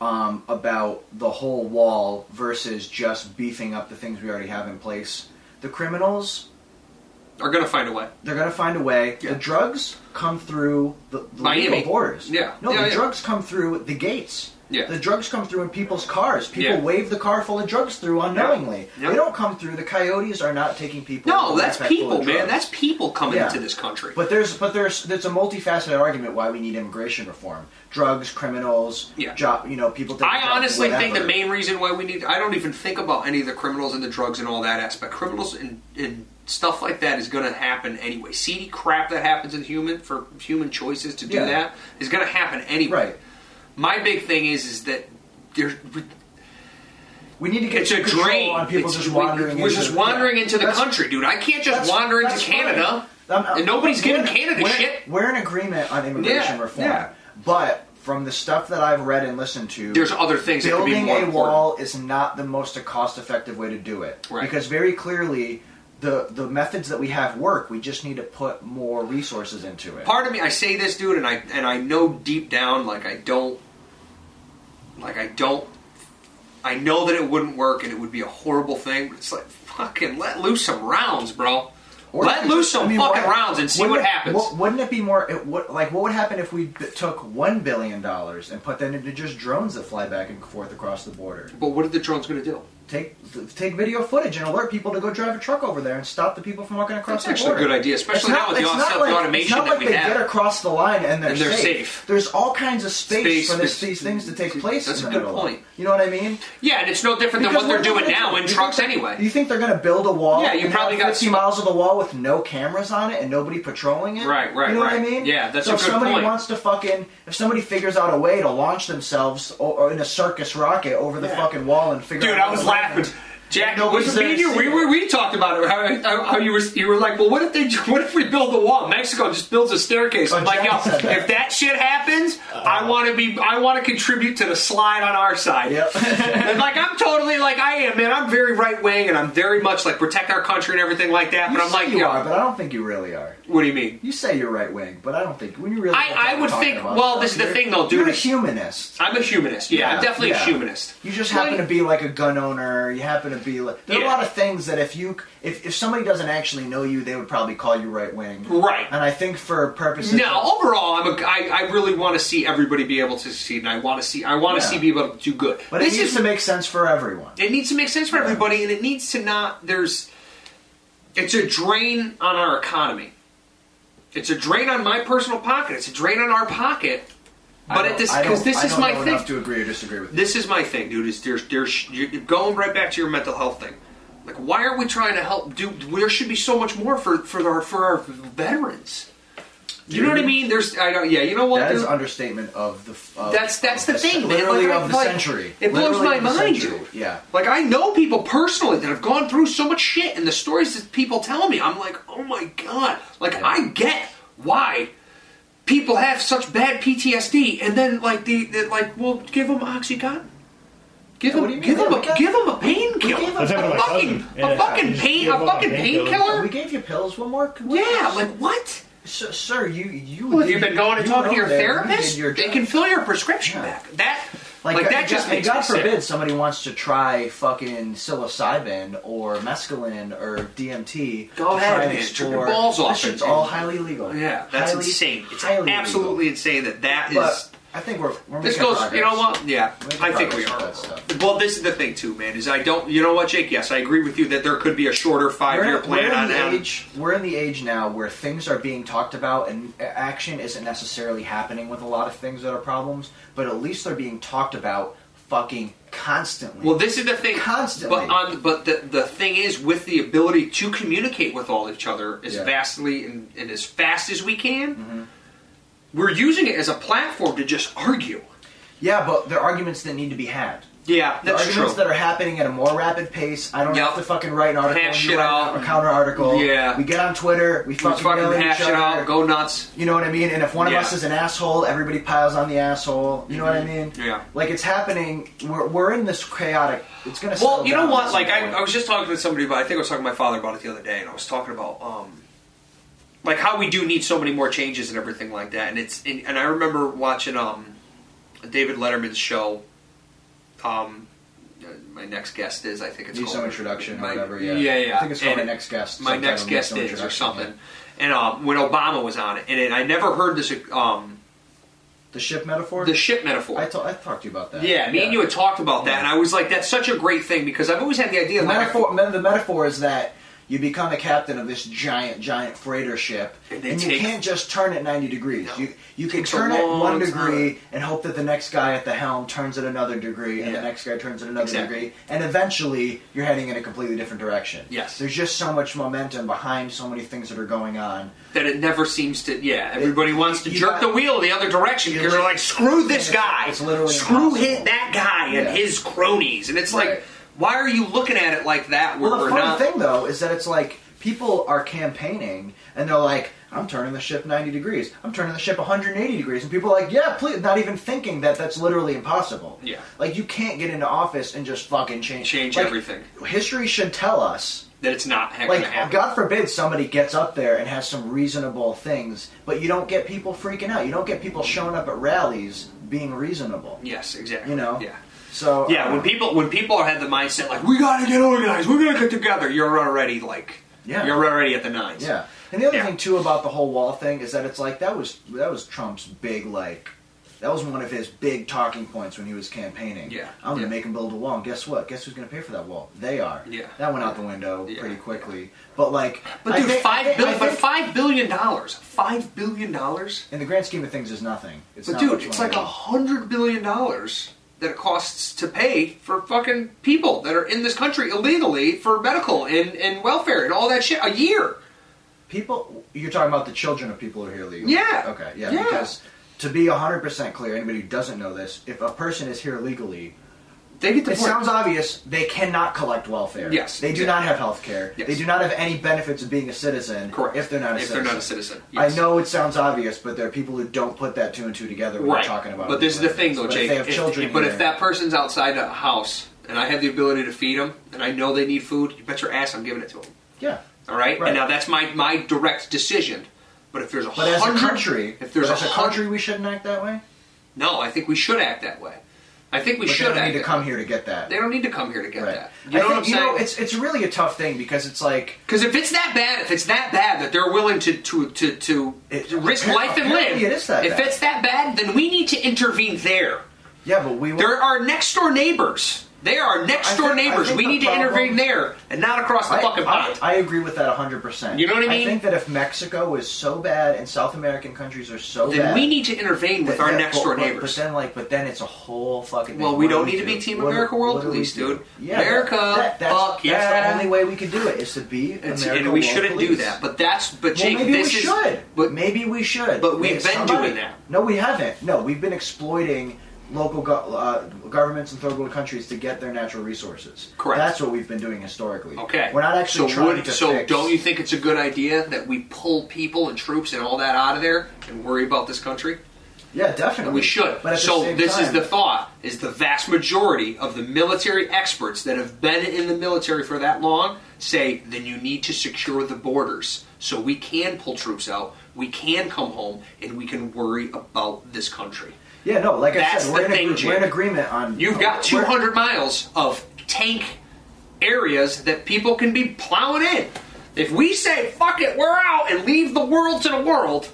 B: um, about the whole wall versus just beefing up the things we already have in place. The criminals,
C: Are gonna find a way.
B: they're gonna find a way.
C: Yeah.
B: The drugs come through the, the
C: Miami.
B: legal borders.
C: Yeah.
B: No,
C: Yeah,
B: the
C: yeah.
B: drugs come through the gates.
C: Yeah.
B: The drugs come through in people's cars. People
C: Yeah.
B: wave the car full of drugs through unknowingly.
C: Yeah.
B: They don't come through. The coyotes are not taking people.
C: No,
B: with a
C: that's
B: backpack full
C: people,
B: of
C: man.
B: drugs.
C: That's people coming
B: Yeah.
C: into this country.
B: But there's but there's there's a multifaceted argument why we need immigration reform. Drugs, criminals,
C: Yeah.
B: job, you know, people. taking
C: I
B: jobs,
C: honestly think the
B: whatever.
C: main reason why we need I don't even think about any of the criminals and the drugs and all that aspect. Criminals and, and stuff like that is going to happen anyway. Seedy crap that happens in human for human choices to do
B: Yeah.
C: that is going to happen anyway.
B: right.
C: My big thing is is that there
B: We need to get
C: it's a
B: control
C: drain.
B: on people
C: It's-
B: just wandering.
C: we, we're
B: into
C: just
B: the-
C: wandering
B: yeah.
C: into the
B: That's-
C: country, dude. I can't just
B: that's-
C: wander into
B: that's fine.
C: Canada.
B: I'm- I'm-
C: and nobody's
B: we're-
C: giving Canada
B: we're,
C: shit.
B: We're in agreement on immigration
C: Yeah,
B: reform,
C: yeah.
B: but from the stuff that I've read and listened to,
C: There's other things that could be
B: building
C: more
B: a wall is not the most cost-effective way to do it
C: Right.
B: because very clearly. The, the methods that we have work. We just need to put more resources into it.
C: part of me I say this dude and I and I know deep down like I don't like I don't I know that it wouldn't work and it would be a horrible thing, but it's like fucking let loose some rounds, bro.
B: Or
C: let
B: if we
C: loose
B: just-
C: some
B: I mean,
C: fucking
B: why-
C: rounds and see
B: wouldn't it-
C: what happens.
B: wou- wouldn't it be more? It, what, like, what would happen if we b- took one billion dollars and put that into just drones that fly back and forth across the border?
C: but what are the drones going to do?
B: Take th- take video footage and alert people to go drive a truck over there and stop the people from walking across
C: That's
B: the
C: actually a
B: border.
C: good idea, especially
B: It's
C: now with the,
B: it's
C: all- stuff,
B: like,
C: the automation
B: It's not
C: that
B: like
C: we
B: they
C: have.
B: get across the line and they're,
C: And they're
B: safe.
C: safe.
B: There's all kinds of space,
C: Space,
B: for this,
C: but-
B: these things to take place.
C: That's
B: in
C: a
B: the
C: good
B: middle.
C: point.
B: You know what I mean?
C: yeah, and it's no different than
B: Because
C: what they're
B: are
C: doing
B: they gonna
C: now
B: do?
C: in
B: You think
C: trucks
B: they're-
C: anyway.
B: You think they're going to build a wall?
C: Yeah, you
B: and
C: probably
B: have
C: got-
B: 50 miles of the wall with no cameras on it and nobody patrolling it.
C: Right, right,
B: You know what I
C: right.
B: mean?
C: Yeah, that's
B: so
C: a
B: if
C: good
B: somebody
C: point.
B: wants to fucking, if somebody figures out a way to launch themselves o- or in a circus rocket over the fucking wall and figure
C: Dude,
B: out,
C: I was
B: how to land
C: laughing.
B: it.
C: Jack,
B: Nobody's
C: was it me
B: there
C: and
B: to
C: you?
B: see
C: We,
B: it.
C: we, we talked about it. How, how, how you were you were like, well, what if they what if we build the wall? Mexico just builds a staircase. I'm
B: Oh,
C: like, yo,
B: Jack said that. Uh-huh.
C: if that shit happens, I want to be I want to contribute to the slide on our side.
B: Yep.
C: and like I'm totally like I am, man. I'm very right wing, and I'm very much like protect our country and everything like that.
B: You
C: but I'm
B: say
C: like,
B: you
C: yo,
B: are, but I don't think you really are.
C: what do you mean?
B: You say you're right wing, but I don't think when you really.
C: I-
B: look at
C: I
B: what I'm
C: would
B: talking
C: think-
B: about
C: well,
B: stuff,
C: this is the
B: you're-
C: thing, though, dude.
B: You're a humanist.
C: I'm a humanist. Yeah, I'm definitely a
B: yeah.
C: humanist.
B: You just happen
C: Like-
B: to be like a gun owner. You happen to be like there are
C: Yeah.
B: a lot of things that if you if, if somebody doesn't actually know you, they would probably call you right wing.
C: Right.
B: And I think for purposes of-
C: No, overall, I'm a, I, I really want to see everybody be able to succeed, and I want to see I want to
B: Yeah.
C: see people do good.
B: but it needs to make sense for everyone.
C: it needs to make sense for everybody, and it needs to not there's it's a drain on our economy. It's a drain on my personal pocket. It's a drain on our pocket.
B: I
C: But
B: don't-
C: at this
B: I don't-
C: because this
B: I
C: is
B: don't
C: my
B: know enough
C: thing.
B: to agree or disagree with.
C: This is my thing, dude. Is there's there's you're going right back to your mental health thing. Like, why are we trying to help? Do there should be so much more for for our for our veterans? You know what I
B: Dude.
C: mean? There's I don't yeah. You know what?
B: That is
C: dude?
B: understatement of the. f- Of,
C: That's that's
B: of
C: the
B: ce-
C: thing, man.
B: Literally
C: Like,
B: of
C: I-
B: the
C: like,
B: century.
C: It blows
B: Literally
C: my
B: of the
C: mind,
B: century.
C: dude.
B: Yeah.
C: Like I know people personally that have gone through so much shit, and the stories that people tell me, I'm like, oh my god. Like I get why people have such bad PTSD, and then like the, the like, well, give them OxyContin. Give
B: Yeah, what
C: them,
B: do you mean?
C: give them, a,
B: We got-
C: give them a
B: We
C: painkiller.
B: gave 'em-
C: A
D: That's happened to my
C: fucking,
D: cousin.
C: a
D: Yeah,
C: fucking
D: just
C: pain,
D: give
C: a
D: them a
C: fucking
D: painkiller.
B: We
C: painkiller.
B: gave you pills. One more. Can we-
C: Yeah, like what?
B: Sir, sir, you you.
C: Well, if you've been going and
B: you
C: talking to
B: know
C: your
B: that you
C: therapist,
B: did your
C: they
B: job. uh,
C: can fill your prescription back. That, like,
B: God-
C: that just
B: God,
C: makes
B: God
C: me sick.
B: forbid somebody wants to try fucking psilocybin or mescaline or DMT. to
C: Go ahead,
B: try and
C: man. Strip
B: explore-
C: your balls off
B: This shit's
C: and-
B: all highly legal.
C: Yeah, that's
B: Highly-
C: insane. It's
B: highly
C: absolutely insane that that is
B: But- I think we're we're
C: This
B: making
C: goes,
B: progress.
C: you know what? Yeah,
B: Making
C: I think we
B: progress
C: are.
B: with that stuff.
C: Well, this is the thing too, man. Is I don't, you know what, Jake? Yes, I agree with you that there could be a shorter
B: We're,
C: five-year
B: in- we're
C: plan
B: in
C: on
B: the
C: him.
B: age. We're in the age now where things are being talked about, and a- action isn't necessarily happening with a lot of things that are problems. But at least they're being talked about fucking constantly.
C: Well, this is the thing.
B: Constantly.
C: But, on, but the, the thing is, with the ability to communicate with all each other as
B: Yeah. Mm-hmm.
C: vastly and, and as fast as we can, we're using it as a platform to just argue.
B: yeah, but there are arguments that need to be had.
C: Yeah,
B: The
C: that's true.
B: arguments that are happening at a more rapid pace. I don't
C: Yep.
B: have to fucking write an article.
C: Hash
B: you
C: shit
B: write
C: out.
B: a counter article.
C: Yeah.
B: We get on Twitter. We
C: We
B: fucking,
C: fucking
B: yell at
C: hash
B: each
C: it
B: other.
C: out, go nuts.
B: You know what I mean? And if one
C: Yeah.
B: of us is an asshole, everybody piles on the asshole. You know what I mean?
C: Mm-hmm. Yeah.
B: Like it's happening. We're, we're in this chaotic. It's gonna.
C: Well,
B: settle
C: you know
B: down at
C: what?
B: some
C: Like I,
B: point.
C: I was just talking to somebody about. I think I was talking to my father about it the other day, and I was talking about um, like how we do need so many more changes and everything like that. And it's and, and I remember watching um, David Letterman's show. Um, uh, my next guest is I think it's
B: do
C: called
B: some introduction or
C: My-
B: whatever. Yeah.
C: yeah,
B: I think it's called
C: And
B: my next guest.
C: My
B: Subtitle,
C: next
B: Need
C: guest
B: Some
C: is or
B: Introduction,
C: something.
B: yeah.
C: And um, when Obama was on it, and it, I never heard this um,
B: The ship metaphor.
C: the ship metaphor.
B: I, ta- I talked to you about that.
C: yeah, me and you had talked about that, and I was like, "That's such a great thing," because I've always had the idea
B: The
C: that like,
B: metaphor. me- The metaphor is that. You become the captain of this giant, giant freighter ship,
C: And
B: and,
C: they
B: you
C: take-
B: can't just turn it ninety degrees.
C: No.
B: You you can
C: Takes a
B: turn it
C: long
B: one
C: time.
B: degree and hope that the next guy at the helm turns it another degree, and
C: Yeah.
B: the next guy turns it another
C: Exactly.
B: degree, and eventually you're heading in a completely different direction.
C: Yes.
B: there's just so much momentum behind so many things that are going on.
C: that it never seems to. Yeah, everybody wants to
B: you
C: jerk
B: got-
C: the wheel the other direction
B: You
C: because they're
B: li-
C: like, "Screw this
B: it's-
C: guy,
B: it's literally
C: screw
B: impossible.
C: hit that guy and
B: Yeah.
C: his cronies," and it's like,
B: Right.
C: why are you looking at it like that? Where
B: Well, the
C: we're
B: funny
C: not.
B: thing though is that it's like people are campaigning and they're like, "I'm turning the ship 90 degrees. I'm turning the ship 180 degrees," and people are like, "Yeah, please," not even thinking that that's literally impossible.
C: Yeah.
B: like you can't get into office and just fucking change
C: Change
B: like,
C: everything.
B: History should tell us.
C: that it's not heck
B: Like,
C: gonna happen.
B: God forbid somebody gets up there and has some reasonable things, but you don't get people freaking out. You don't get people showing up at rallies being reasonable.
C: yes, exactly.
B: You know?
C: yeah.
B: So
C: Yeah,
B: uh,
C: when people when people had the mindset like we gotta get organized, we're gonna get together, you're already like
B: Yeah.
C: you're already at the nines.
B: Yeah, and the other
C: Yeah.
B: thing too about the whole wall thing is that it's like that was that was Trump's big like that was one of his big talking points when he was campaigning.
C: Yeah.
B: I'm
C: Yeah.
B: gonna make him build a wall. And guess what? Guess who's gonna pay for that wall? They are.
C: Yeah.
B: that went out the window
C: Yeah.
B: pretty quickly. But like,
C: But
B: I
C: dude,
B: think- I
C: five
B: think-
C: bill-
B: I
C: but
B: think
C: five billion dollars, five billion dollars.
B: in the grand scheme of things is nothing. It's
C: But
B: not
C: dude,
B: much
C: it's
B: money.
C: like a hundred billion dollars that it costs to pay for fucking people that are in this country illegally for medical and, and welfare and all that shit a year.
B: people. You're talking about the children of people who are here illegally.
C: Yeah.
B: Okay. Yeah.
C: Yeah.
B: Because to be 100% clear, anybody who doesn't know this, if a person is here legally,
C: They get
B: It
C: deported.
B: sounds obvious. They cannot collect welfare.
C: Yes,
B: They do
C: exactly.
B: not have health care.
C: Yes.
B: They do not have any benefits of being a citizen
C: correct
B: if they're not a
C: if
B: citizen.
C: they're not a citizen.
B: I
C: yes.
B: know it sounds obvious, but there are people who don't put that two and two together when
C: right.
B: you're talking about
C: but this is the thing though,
B: But
C: Jake.
B: If they have
C: If-
B: children
C: but
B: here-
C: if that person's outside a house and I have the ability to feed them and I know they need food, you bet your ass I'm giving it to them.
B: Yeah.
C: All right?
B: Right.
C: And now that's my my direct decision. But if there's a
B: But as a
C: hundred-
B: country,
C: if there's
B: as a
C: hundred-
B: country, we shouldn't act that way.
C: No, I think we should act that way. I think we
B: But
C: should
B: they don't
C: act
B: need to
C: that
B: come
C: way.
B: here to get that.
C: They don't need to come here to get
B: right.
C: that. You know
B: I
C: what I'm
B: think, you
C: saying?
B: know, it's it's really a tough thing because it's like
C: because if it's that bad, if it's that bad that they're willing to to to, to
B: It-
C: risk
B: apparently-
C: life and live,
B: apparently it is that
C: if
B: bad.
C: it's that bad, then we need to intervene there.
B: yeah, but we
C: They're our next door neighbors. They are next door
B: I think- I
C: neighbors.
B: think
C: We
B: the
C: need to
B: problem-
C: intervene there and not across the
B: I,
C: fucking
B: I-
C: pond.
B: I agree with that 100%.
C: You know what I mean?
B: I think that if Mexico is so bad and South American countries are so
C: then
B: bad.
C: we need to intervene with
B: But-
C: our
B: yeah,
C: next
B: but-
C: door
B: but-
C: neighbors.
B: But then, like, but then it's a whole fucking.
C: Well,
B: thing.
C: we
B: What do
C: don't need to
B: do?
C: be Team
B: What do-
C: America World
B: what do we
C: Police,
B: do?
C: dude.
B: Yeah,
C: America,
B: that- that's,
C: fuck
B: that's
C: yeah.
B: the only way we could do it is to be
C: It's-
B: America
C: and we
B: World
C: shouldn't do
B: Police.
C: that. But that's but
B: Well,
C: Jake,
B: maybe
C: this
B: we
C: is
B: should.
C: but
B: maybe we should.
C: but we've
B: Maybe
C: been doing that.
B: No, we haven't. No, we've been exploiting local go- uh, governments and third world countries to get their natural resources.
C: Correct.
B: That's what we've been doing historically.
C: Okay.
B: We're not actually
C: so
B: trying
C: would-
B: to
C: So
B: fix-
C: don't you think it's a good idea that we pull people and troops and all that out of there and worry about this country?
B: Yeah, definitely.
C: We should.
B: But at the
C: so
B: same
C: this is
B: time-
C: the thought: is the vast majority of the military experts that have been in the military for that long say then you need to secure the borders so we can pull troops out, we can come home, and we can worry about this country.
B: Yeah, no, like I
C: That's
B: said, we're
C: the
B: in, agree-
C: thing,
B: we're in
C: Jake.
B: agreement on.
C: You've got
B: we're-
C: 200 miles of tank areas that people can be plowing in. If we say, fuck it, we're out and leave the world to the world,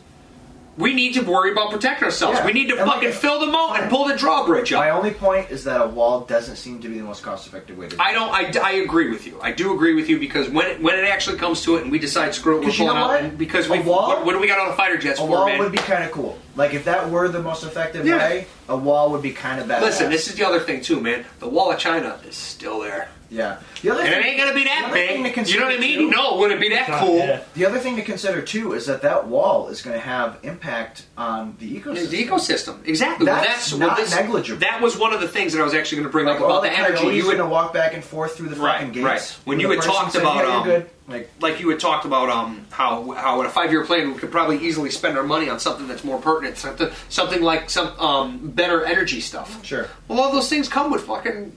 C: We need to worry about protecting ourselves.
B: Yeah.
C: We need to
B: And
C: fucking
B: like-
C: fill the moat and pull the drawbridge up.
B: My only point is that a wall doesn't seem to be the most cost-effective way to. do
C: I don't. I, I agree with you. I do agree with you because when it, when it actually comes to it, and we decide screw it, we're
B: 'Cause you
C: pulling
B: know
C: out.
B: what?
C: And because
B: A
C: we
B: wall-
C: what, what do we got on the fighter jets
B: A
C: for,
B: wall
C: man?
B: would be kind of cool. Like if that were the most effective
C: Yeah.
B: way, a wall would be kind of badass.
C: Listen, this is the other thing too, man. The wall of China is still there,
B: yeah. The other
C: and it
B: thing-
C: ain't gonna be
B: the
C: that
B: other thing to
C: big. You
B: consider,
C: know what I mean?
B: too-
C: No, it wouldn't be that cool.
D: Yeah.
B: The other thing to consider too is that that wall is going to have impact on the
C: It's
B: ecosystem.
C: The ecosystem, exactly.
B: That's
C: well, that's well,
B: not
C: this-
B: negligible.
C: That was one of the things that I was actually going to bring up
B: Like, all
C: about
B: the
C: the energy.
B: coyotes
C: You
B: going to
C: would,
B: walk back and forth through the
C: Right,
B: fucking gates.
C: right. When
B: The
C: you had
B: person
C: talked
B: said,
C: about,
B: yeah, you're
C: um,
B: good. like
C: like you had talked about, um, how how in a five year plan we could probably easily spend our money on something that's more pertinent, something something like some um, better energy stuff.
B: Sure.
C: Well, all those things come with fucking.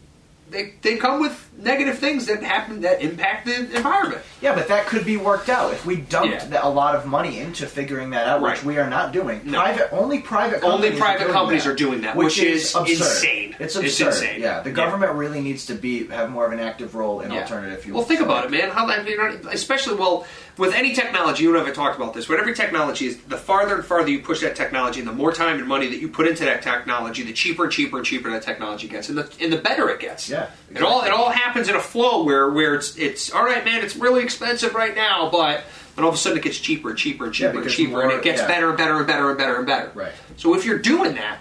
C: They, they come with negative things that happen that impact the environment.
B: Yeah, but that could be worked out if we dumped
C: Yeah.
B: the- a lot of money into figuring that out,
C: Right.
B: which we are not doing.
C: No.
B: Private, only private, companies
C: Only private
B: are doing
C: companies
B: that,
C: are doing that, which is
B: absurd.
C: insane.
B: It's absurd.
C: It's insane.
B: Yeah, the
C: Yeah.
B: government really needs to be have more of an active role in
C: Yeah.
B: alternative fuels.
C: Well, think about it, man. How that, you know, especially well with any technology. You and I have talked about this. But every technology is the farther and farther you push that technology, and the more time and money that you put into that technology, the cheaper and cheaper and cheaper that technology gets, and the and the better it gets.
B: Yeah,
C: It all it all happens in a flow where where it's it's all right, man. It's really expensive right now, but then all of a sudden it gets cheaper and cheaper and
B: Yeah,
C: cheaper and
B: because
C: cheaper, and
B: more-
C: it gets
B: yeah.
C: better and better and better and better and better.
B: Right.
C: So if you're doing that,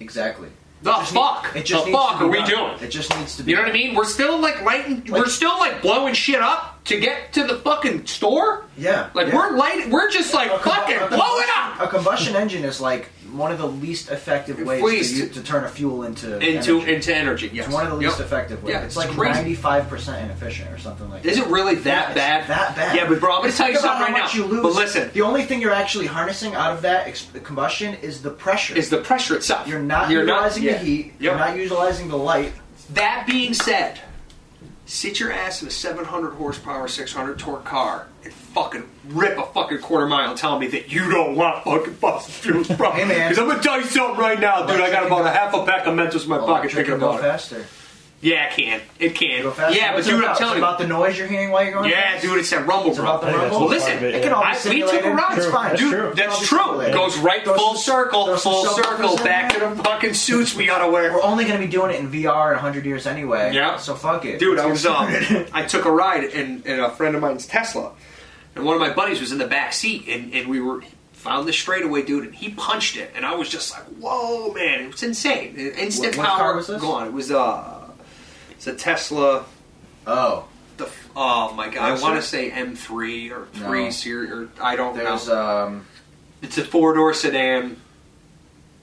B: Exactly.
C: the
B: need-
C: fuck,
B: it just
C: the
B: needs to
C: fuck
B: be
C: are we
B: done.
C: doing?
B: It just needs to be.
C: You know what I
B: done.
C: mean? We're still like lighting. we're still like blowing shit up to get to the fucking store.
B: Yeah,
C: Like
B: yeah.
C: we're lighting. We're just like
B: A combu-
C: fucking
B: a combustion-
C: blow it up
B: A combustion engine is like one of the least effective ways
C: Ways
B: to, u-
C: to-
B: to turn a fuel into
C: into
B: energy.
C: into energy. Yes.
B: It's one of the least
C: Yep.
B: effective ways.
C: Yeah,
B: it's like
C: crazy.
B: ninety five percent inefficient or something like. that.
C: Is it really that
B: Yeah, it's
C: bad?
B: That bad.
C: Yeah, but bro, I'm gonna tell you
B: Think about
C: something right
B: how
C: now.
B: much You lose.
C: But listen,
B: the only thing you're actually harnessing out of that ex- combustion is the pressure.
C: is the pressure itself.
B: you're not utilizing
C: yeah.
B: the heat. You're
C: Yep.
B: not utilizing the light.
C: That being said, sit your ass in a 700 horsepower, 600 torque car and fucking rip a fucking quarter mile and tell me that you don't want fucking fossil fuels, bro.
B: Hey, man.
C: Because I'm going to tell you something right now, dude. I got
B: Electric
C: about
B: can
C: a half a pack of Mentos in my pocket
B: Electric
C: thinking
B: can go
C: about it.
B: faster.
C: Yeah, it can. It can.
B: Go faster.
C: Yeah, but
B: What's it
C: dude,
B: about?
C: I'm
B: It's
C: telling you.
B: about the noise you're hearing while you're going.
C: Yeah,
B: fast?
C: dude, it's that rumble,
B: It's
C: bro.
B: about the
D: I think that's
B: rumble.
D: all
C: Well, listen,
D: part of it,
B: it can
D: yeah.
B: all be
C: I- we took a
B: simulated.
C: ride.
B: It's
D: True,
B: fine,
D: that's
B: dude.
D: true.
B: It's all
C: That's
B: be
C: true.
B: simulated.
C: Goes right
B: Those-
C: full circle,
B: those
C: full
B: self-
C: circle, back to the fucking suits we gotta wear.
B: We're only going to be doing it in VR in hundred years anyway.
C: Yeah.
B: So fuck it,
C: Dude, I was um, I took a ride in, in a friend of mine's Tesla, and one of my buddies was in the back seat, and, and we were found the straightaway, dude, and he punched it, and I was just like, whoa, man, it was insane, instant
B: What- what car
C: power
B: was this?
C: gone. It was uh, it's a Tesla.
B: Oh,
C: The f- oh my god, I
B: Roadster?
C: want to say M3 or three
B: No.
C: series, or I don't
B: there's
C: know.
B: um.
C: it's a four door sedan.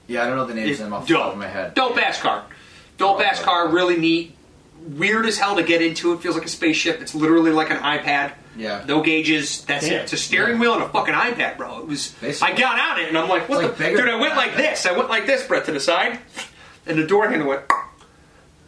B: Yeah, I don't know the names
C: It's
B: of them off the top
C: dope.
B: of my head.
C: Dope ass car. Dope ass car. Really neat. Weird as hell to get into. It feels like a spaceship. It's literally like an iPad.
B: Yeah.
C: No gauges. That's
D: Yeah.
C: it. It's a steering wheel and a fucking iPad, bro. It was.
B: Basically.
C: I got on it and I'm like, what
B: It's like
C: the?
B: bigger
C: dude, I
B: than
C: went
B: an
C: like
B: iPad.
C: this. I went like this, Brett, to the side, and the door handle went,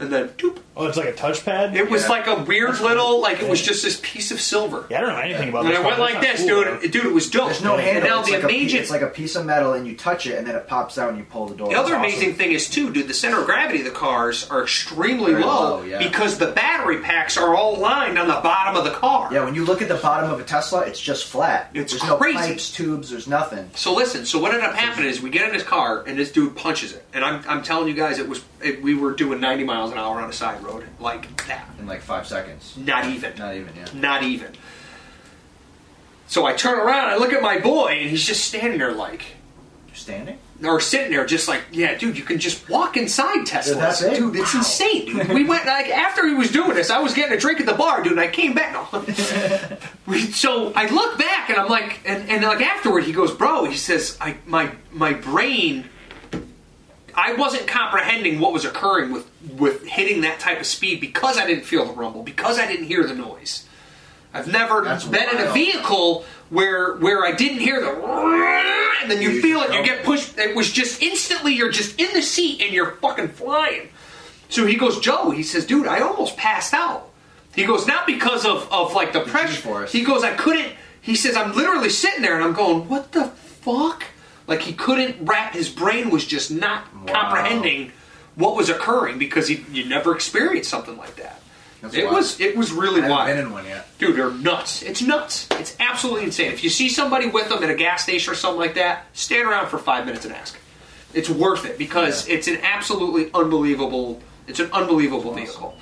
C: and then doop.
D: Oh, it's like a touchpad.
C: It was
B: Yeah.
C: like a weird little, like it was just this piece of silver.
D: yeah, I don't know anything about.
C: And
D: this
C: I went
D: car.
C: like
D: That's
C: this,
D: not cool,
C: dude. Dude, it was dope.
B: There's no
C: And now
B: handle. It's
C: the
B: like,
C: amazing,
B: a, pe- it's like a piece of metal, and you touch it, and then it pops out, and you pull the door.
C: The
B: It's
C: other
B: awesome.
C: amazing thing is too, dude. The center of gravity of the cars are extremely
B: Very
C: low,
B: low, yeah.
C: because the battery packs are all lined on the bottom of the car.
B: Yeah, when you look at the bottom of a Tesla, it's just flat.
C: It's
B: there's
C: crazy.
B: no pipes, tubes, there's nothing.
C: So listen. So what ended up happening is we get in this car and this dude punches it, and I'm, I'm telling you guys, it was it, we were doing 90 miles an hour on a side road like that.
B: In like five seconds.
C: Not even.
B: Not even, yeah.
C: Not even. So I turn around, I look at my boy, and he's just standing there like,
B: You're standing?
C: or sitting there just like, yeah, dude, you can just walk inside Tesla.
B: Yeah, that's it.
C: Dude, it's
B: Wow.
C: insane. Dude. We went like after he was doing this, I was getting a drink at the bar, dude, and I came back. No. We- so I look back and I'm like and, and like afterward he goes, Bro, he says, I my my brain I wasn't comprehending what was occurring with with hitting that type of speed because I didn't feel the rumble, because I didn't hear the noise. I've never
B: That's
C: been in a
B: wild.
C: vehicle where where I didn't hear the and then you
B: You
C: feel
B: just
C: it, you
B: go.
C: get pushed. It was just instantly, you're just in the seat and you're fucking flying. So he goes, Joe, he says, dude, I almost passed out. He goes, not because of, of like the pressure.
B: G-force.
C: He goes, I couldn't. He says, I'm literally sitting there and I'm going, what the fuck? Like he couldn't wrap, his brain was just not
B: Wow.
C: comprehending what was occurring because he, you never experienced something like that.
B: That's
C: It
B: wild.
C: was it was really
B: I haven't
C: wild.
B: been in one yet.
C: Dude, they're nuts. It's nuts. It's absolutely insane. If you see somebody with them at a gas station or something like that, stand around for five minutes and ask. It's worth it because it's an absolutely unbelievable. It's an unbelievable vehicle.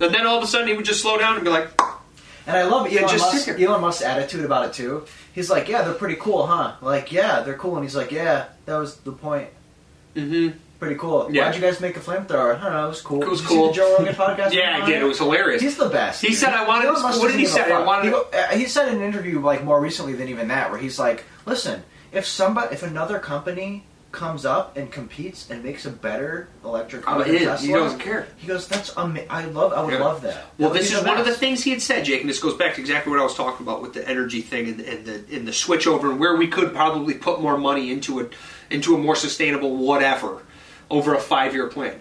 C: And then all of a sudden, he would just slow down and be like,
B: And I love Elon,
C: just
B: Musk,
C: sit there.
B: Elon Musk's attitude about it too. He's like, "Yeah, they're pretty cool, huh?" Like, "Yeah, they're cool," and he's like, "Yeah, that was the point."
C: Mhm.
B: Pretty cool.
C: Yeah.
B: Why'd you guys make a flamethrower? I don't know. It was cool.
C: It was
B: Did you see
C: cool.
B: the Joe Rogan podcast.
C: "Yeah,
B: on
C: I did. It was hilarious."
B: He's the best.
C: He
B: dude.
C: said, "I wanted-
B: Elon Musk
C: what
B: doesn't
C: did he
B: give a
C: say? I
B: fuck.
C: wanted
B: He,
C: to-"
B: go- uh, he said in an interview like more recently than even that, where he's like, "Listen, if somebody, if another company." Comes up and competes and makes a better electric car.
C: Oh,
B: than
C: it is.
B: Tesla,
C: He doesn't care.
B: He goes, "That's ama- I love. I would
C: Yeah.
B: love that." That
C: Well,
B: would
C: this
B: be
C: is one of the
B: best.
C: things he had said, Jake, and this goes back to exactly what I was talking about with the energy thing and, and the and the switch over and where we could probably put more money into it into a more sustainable whatever over a five year plan.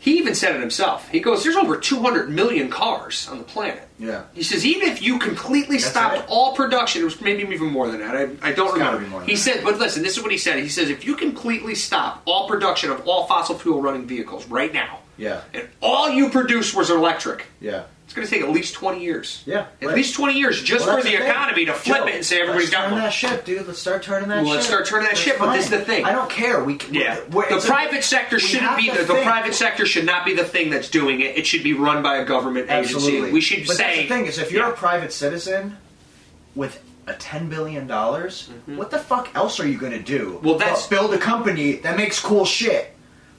C: He even said it himself. He goes, "There's over 200 million cars on the planet."
B: Yeah.
C: He says, "Even if you completely
B: That's
C: stopped
B: right.
C: all production, it was maybe even more than that. I, I don't
B: It's gotta
C: remember."
B: be more than
C: he
B: that.
C: said, "But listen, this is what he said. He says, if you completely stop all production of all fossil fuel running vehicles right now,
B: Yeah.
C: and all you produced was electric,
B: Yeah.
C: it's going to take at least 20 years.
B: Yeah,
C: At
B: right.
C: least 20 years just
B: Well,
C: for
B: that's
C: the
B: thing.
C: economy to flip
B: Joe,
C: it and say everybody's
B: let's turn
C: got one.
B: that ship, dude. Let's start turning that.
C: Well, let's
B: ship.
C: start turning that
B: That's
C: ship, but this is
B: fine.
C: the thing.
B: I don't care. We can,
C: Yeah.
B: we're-
C: the
B: it's a-
C: private sector
B: we
C: shouldn't
B: have
C: be
B: to
C: the, the
B: think.
C: private sector should not be the thing that's doing it. It should be run by a government
B: Absolutely.
C: agency. We should
B: but
C: say
B: that's the thing is, if you're
C: Yeah.
B: a private citizen with a ten billion dollars, what the fuck else are you going to do?
C: Mm-hmm. Well, that's-
B: but build a company that makes cool shit.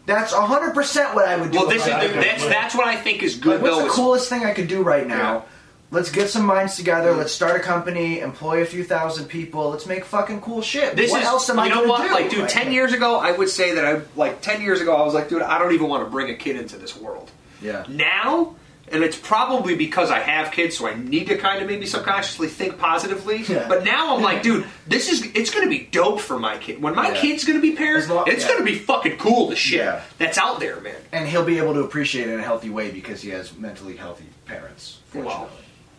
B: That's hundred percent what I would do.
C: Well,
B: if
C: this is
B: I
C: the,
B: had that
C: that's
B: money.
C: that's what I think is
B: Like,
C: good
B: what's
C: though.
B: the
C: is-
B: coolest thing I could do right now?
C: Yeah. Mm.
B: Let's get some minds together. Let's start a company, employ a few thousand people. Let's make fucking cool shit.
C: This
B: What
C: is
B: else am
C: you
B: I
C: know
B: gonna
C: what?
B: do?
C: Like, dude, ten years ago, I would say that I like ten years ago, I was like, dude, I don't even want to bring a kid into this world.
B: Yeah.
C: Now, and it's probably because I have kids, so I need to kind of maybe subconsciously think positively.
B: Yeah.
C: But now I'm like, dude, this is it's going to be dope for my kid. When my
B: Yeah.
C: kid's going to be parents,
B: As long-
C: it's
B: yeah.
C: going to be fucking cool. The shit
B: Yeah.
C: that's out there, man.
B: And he'll be able to appreciate it in a healthy way because he has mentally healthy parents, fortunately.
C: Wow.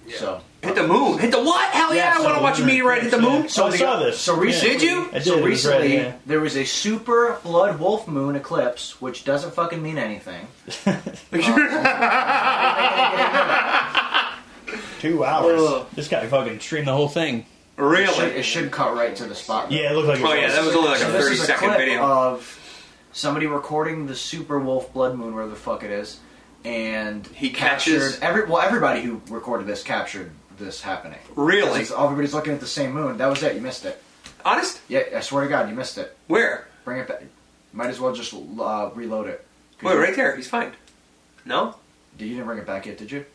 C: Yeah.
B: So.
C: Hit the moon. Hit the what? Hell
B: Yeah,
C: yeah! I want to
B: so
C: watch a
B: we're-
C: meteorite hit the moon.
D: So- Oh, I saw this.
B: So recently,
C: Did you?
D: I did, it
B: So
D: was
B: recently,
D: red, yeah.
B: there was a super blood wolf moon eclipse, which doesn't fucking mean anything.
D: Two hours.
C: Ugh.
D: This guy fucking streamed the whole thing.
B: It should,
C: really?
B: it should cut right to the spot. though.
D: Yeah, it looked like. It was
C: Oh, yeah, that was only like a
B: So this is
C: 30-second
B: clip Uh,
C: video.
B: of somebody recording the super wolf blood moon, wherever the fuck it is, and
C: He
B: captured
C: catches-
B: every well everybody who recorded this captured this happening.
C: Really?
B: It's- everybody's looking at the same moon. That was it. You missed it.
C: Honest?
B: Yeah, I swear to God, you missed it.
C: Where?
B: Bring it back. Might as well just uh, reload it. 'Cause
C: Wait,
B: you-
C: right there. He's fine. No?
B: Did you didn't bring it back yet? Did you?